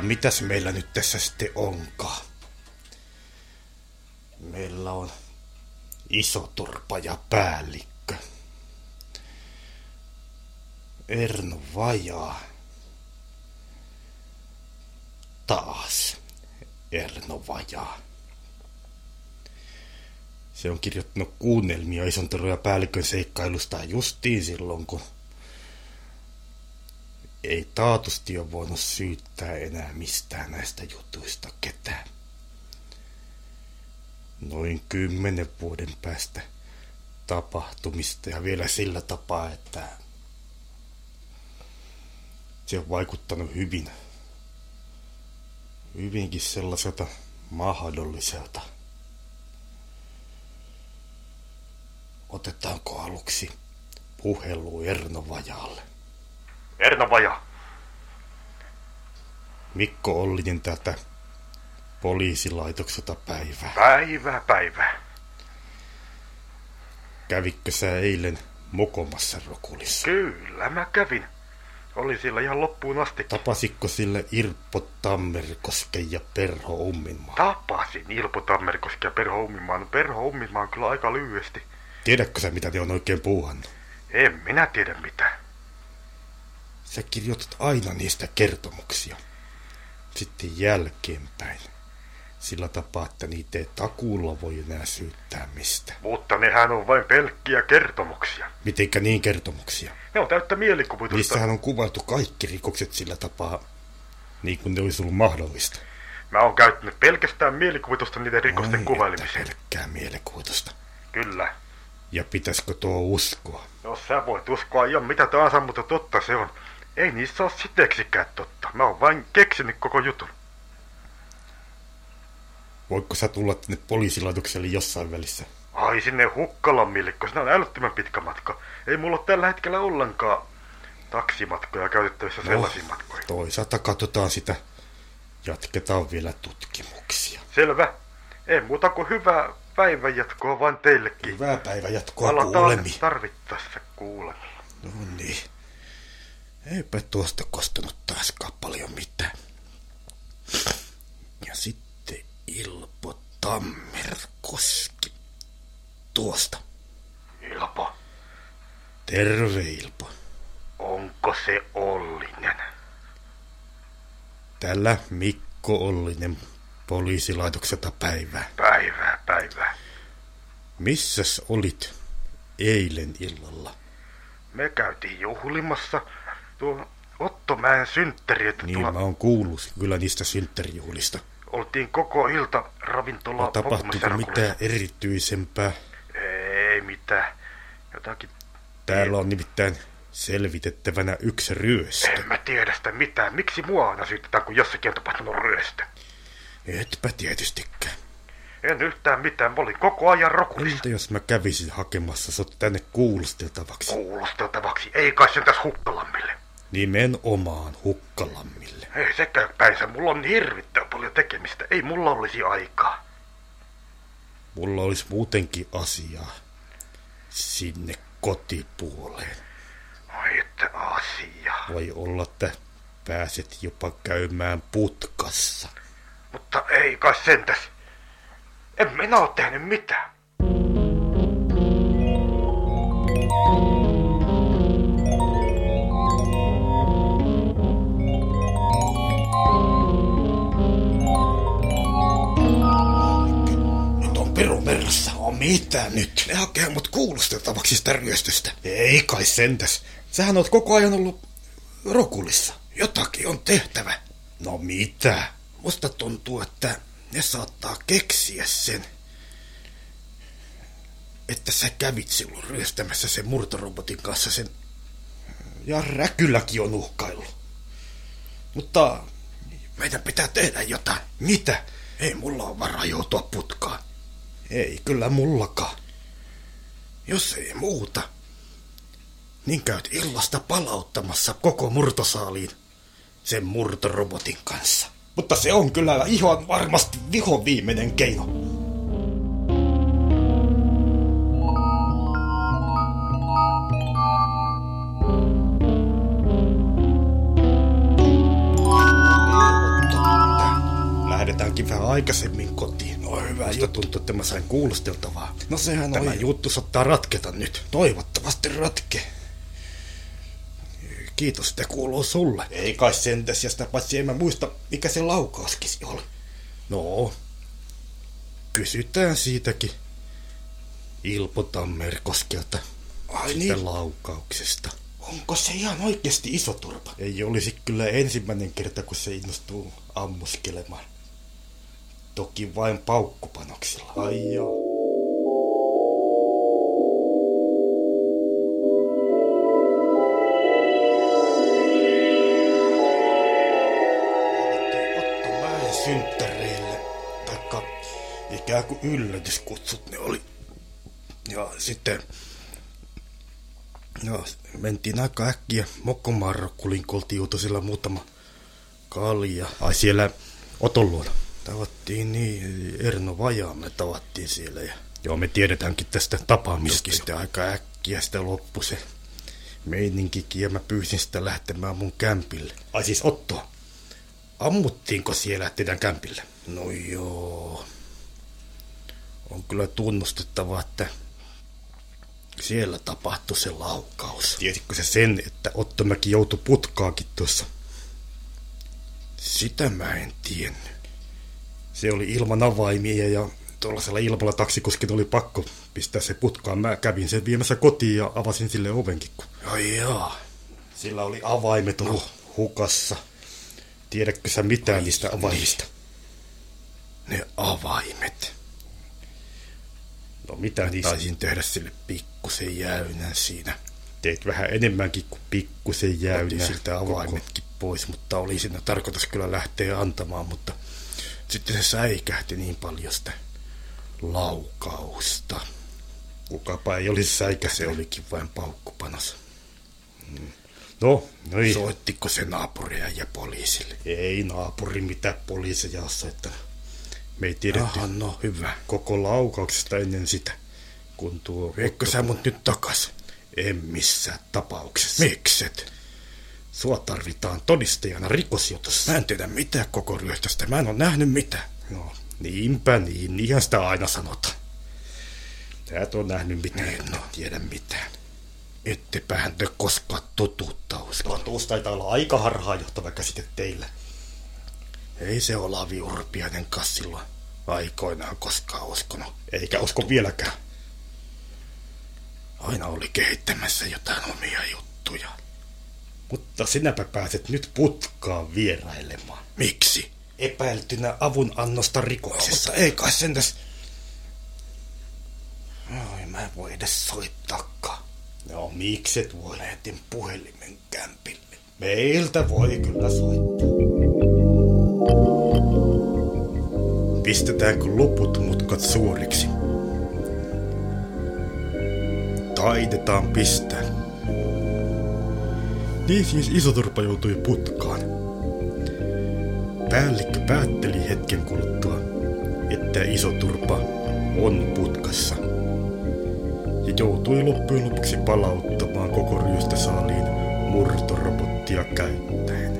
mitäs meillä nyt tässä sitten onkaan? Meillä on iso turpa ja päällikkö. Erno Vajaa. Taas Erno Vajaa. Se on kirjoittanut kuunnelmia ison ja päällikön seikkailusta justiin silloin, kun ei taatusti ole voinut syyttää enää mistään näistä jutuista ketään. Noin kymmenen vuoden päästä tapahtumista ja vielä sillä tapaa, että se on vaikuttanut hyvin, hyvinkin sellaiselta mahdolliselta. Otetaanko aluksi puhelu Erno Vajalle? Erno Vaja. Mikko Ollinen täältä poliisilaitokselta päivää. Päivää, päivää. Kävitkö sä eilen mokomassa rokulissa? Kyllä, mä kävin. Oli sillä ihan loppuun asti. Tapasitko sillä Irppo Tammerkosken ja Perho Umminmaan? Tapasin Irppo Tammerkosken ja Perho Umminmaan. Perho Umminmaan kyllä aika lyhyesti. Tiedätkö sä mitä ne on oikein puuhannut? En minä tiedä mitään. Sä kirjoitat aina niistä kertomuksia. Sitten jälkeenpäin. Sillä tapaa, että niitä ei takuulla voi enää syyttää mistä. Mutta nehän on vain pelkkiä kertomuksia. Mitenkä niin kertomuksia? Ne on täyttä mielikuvitusta. Niissähän on kuvailtu kaikki rikokset sillä tapaa, niin kuin ne olisi ollut mahdollista. Mä oon käyttänyt pelkästään mielikuvitusta niiden rikosten Ai, kuvailemiseen. pelkkää mielikuvitusta. Kyllä. Ja pitäisikö tuo uskoa? No sä voit uskoa ihan mitä tahansa, mutta totta se on. Ei niissä ole siteksikään totta. Mä oon vain keksinyt koko jutun. Voitko sä tulla tänne poliisilaitokselle jossain välissä? Ai sinne Hukkalan millikko, sinä on älyttömän pitkä matka. Ei mulla ole tällä hetkellä ollenkaan taksimatkoja käytettävissä no, sellaisiin matkoihin. Toisaalta katsotaan sitä. Jatketaan vielä tutkimuksia. Selvä. Ei muuta kuin hyvää päivänjatkoa vaan teillekin. Hyvää päivänjatkoa Palataan kuulemiin. tarvittaessa kuulemiin. No niin. Eipä tuosta kostanut taaskaan paljon mitään. Ja sitten Ilpo Tammerkoski. Tuosta. Ilpo. Terve Ilpo. Onko se Ollinen? Tällä Mikko Ollinen poliisilaitokselta päivää. Päivää, päivää. Missäs olit eilen illalla? Me käytiin juhlimassa tuo Ottomäen synttäriöt. Niin, tulla... mä oon kuullut kyllä niistä synttärijuhlista. Oltiin koko ilta ravintola. No, tapahtuiko mitään erityisempää? Ei mitään. Jotakin... Täällä on nimittäin selvitettävänä yksi ryöstö. En mä tiedä sitä mitään. Miksi mua aina syytetään, kun jossakin on tapahtunut ryöstö? Etpä tietystikään. En yhtään mitään, mä olin koko ajan rokulissa. Entä jos mä kävisin hakemassa sut tänne kuulusteltavaksi? Kuulusteltavaksi? Ei kai sen tässä hukkalammille. Nimenomaan hukkalammille. Ei se käy päinsä, mulla on hirvittävän paljon tekemistä, ei mulla olisi aikaa. Mulla olisi muutenkin asiaa sinne kotipuoleen. Ai että asia. Voi olla, että pääset jopa käymään putkassa. Mutta ei kai sentäs. En minä ole tehnyt mitään. Nyt on peru merrassa. On mitä No nyt? Ne hakee mut kuulusteltavaksi sitä ryöstöstä. Ei kai sentäs. Sähän oot koko ajan ollut rokulissa. Jotakin on tehtävä. No mitä? Musta tuntuu, että ne saattaa keksiä sen, että sä kävit silloin ryöstämässä sen murtorobotin kanssa sen... Ja räkyläkin on uhkaillut. Mutta meidän pitää tehdä jotain. Mitä? Ei mulla ole varaa joutua putkaan. Ei kyllä mullakaan. Jos ei muuta, niin käyt illasta palauttamassa koko murtosaaliin sen murtorobotin kanssa. Mutta se on kyllä ihan varmasti viho viimeinen keino. Lähdetäänkin vähän aikaisemmin kotiin. No hyvä Musta juttu. tuntuu, että mä sain kuulusteltavaa. No sehän Tämä on... juttu saattaa ratketa nyt. Toivottavasti ratke. Kiitos, että kuuluu sulle. Ei kai sentäs, ja sitä paitsi en mä muista, mikä se laukauskisi oli. No, kysytään siitäkin. Ilpo Tammerkoskelta. Ai Sitten niin? laukauksesta. Onko se ihan oikeasti iso turpa? Ei olisi kyllä ensimmäinen kerta, kun se innostuu ammuskelemaan. Toki vain paukkupanoksilla. Ai joo. synttäreille, taikka ikään kuin yllätyskutsut ne oli. Ja sitten ja mentiin aika äkkiä Mokkomarrokkulin, kun oltiin sillä muutama kalja. Ai siellä Oton luona. Tavattiin niin, Erno Vajaa me tavattiin siellä. Ja Joo, me tiedetäänkin tästä tapaamisesta. Sitten aika äkkiä sitä loppui se meininkikin ja mä pyysin sitä lähtemään mun kämpille. Ai siis Ottoa? Ammuttiinko siellä teidän kämpillä? No joo. On kyllä tunnustettava, että siellä tapahtui se laukaus. Tiesitkö se sen, että Ottomäki joutui putkaakin tuossa? Sitä mä en tiennyt. Se oli ilman avaimia ja tuollaisella ilmalla taksikuskin oli pakko pistää se putkaan. Mä kävin sen viemässä kotiin ja avasin sille ovenkin. Kun... Ai jaa. Sillä oli avaimet no. hukassa. Tiedätkö sä mitään Ai, niistä avaimista? Niin. Ne avaimet. No mitä niistä? Taisin tehdä sille pikkusen jäynän siinä. Teit vähän enemmänkin kuin pikkusen jäynän. Otin siltä avaimetkin koko. pois, mutta oli siinä tarkoitus kyllä lähteä antamaan, mutta sitten se säikähti niin paljon sitä laukausta. Kukapa ei olisi säikähti. Se olikin vain paukkupanos. Hmm. No, no ei. Soittiko se naapuria ja poliisille? Ei naapuri mitään poliiseja soittanut. Me ei tiedetty Aha, no, hyvä. koko laukauksesta ennen sitä, kun tuo... Viekö sä mut nyt takas? En missään tapauksessa. Mikset? Sua tarvitaan todistajana rikosjutussa. Mä en tiedä mitään koko ryöstöstä, mä en oo nähnyt mitään. No, niinpä niin, niinhän sitä aina sanotaan. Sä et oo nähnyt mitään, en no. tiedä mitään. Ettepähän te koskaan totuutta usko. Totuus taitaa olla aika harhaanjohtava käsite teillä. Ei se Olavi Urpiainen silloin aikoinaan koskaan uskonut. Eikä usko vieläkään. Aina oli kehittämässä jotain omia juttuja. Mutta sinäpä pääset nyt putkaan vierailemaan. Miksi? Epäiltynä avun annosta rikoksessa. No, mutta ei kai sentäs... Ai, mä en voi edes soittaakaan. No miksi et voi? Lähetin puhelimen kämpille. Meiltä voi kyllä soittaa. Pistetäänkö loput mutkat suoriksi? Taitetaan pistää. Niin siis isoturpa joutui putkaan. Päällikkö päätteli hetken kuluttua, että isoturpa on putkassa ja joutui loppujen lopuksi palauttamaan koko ryöstösaaliin murtorobottia käyttäen.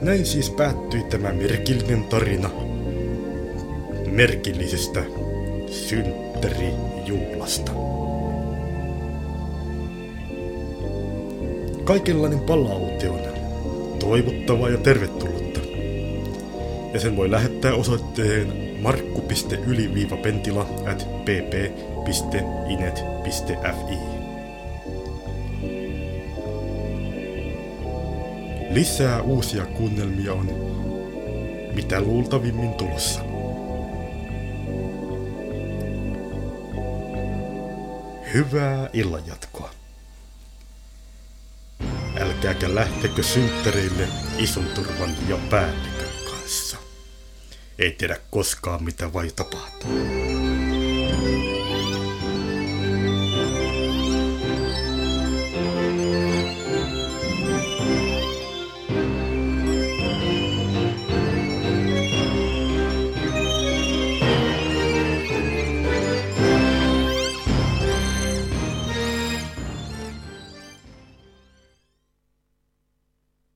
Näin siis päättyi tämä merkillinen tarina merkillisestä synttärijuhlasta. Kaikenlainen palaute on toivottavaa ja tervetullutta. Ja sen voi lähettää osoitteen markku.yli-pentila at pp.inet.fi. Lisää uusia kuunnelmia on mitä luultavimmin tulossa. hyvää illanjatkoa. Älkääkä lähtekö synttereille ison turvan ja päällikön kanssa. Ei tiedä koskaan mitä vai tapahtuu.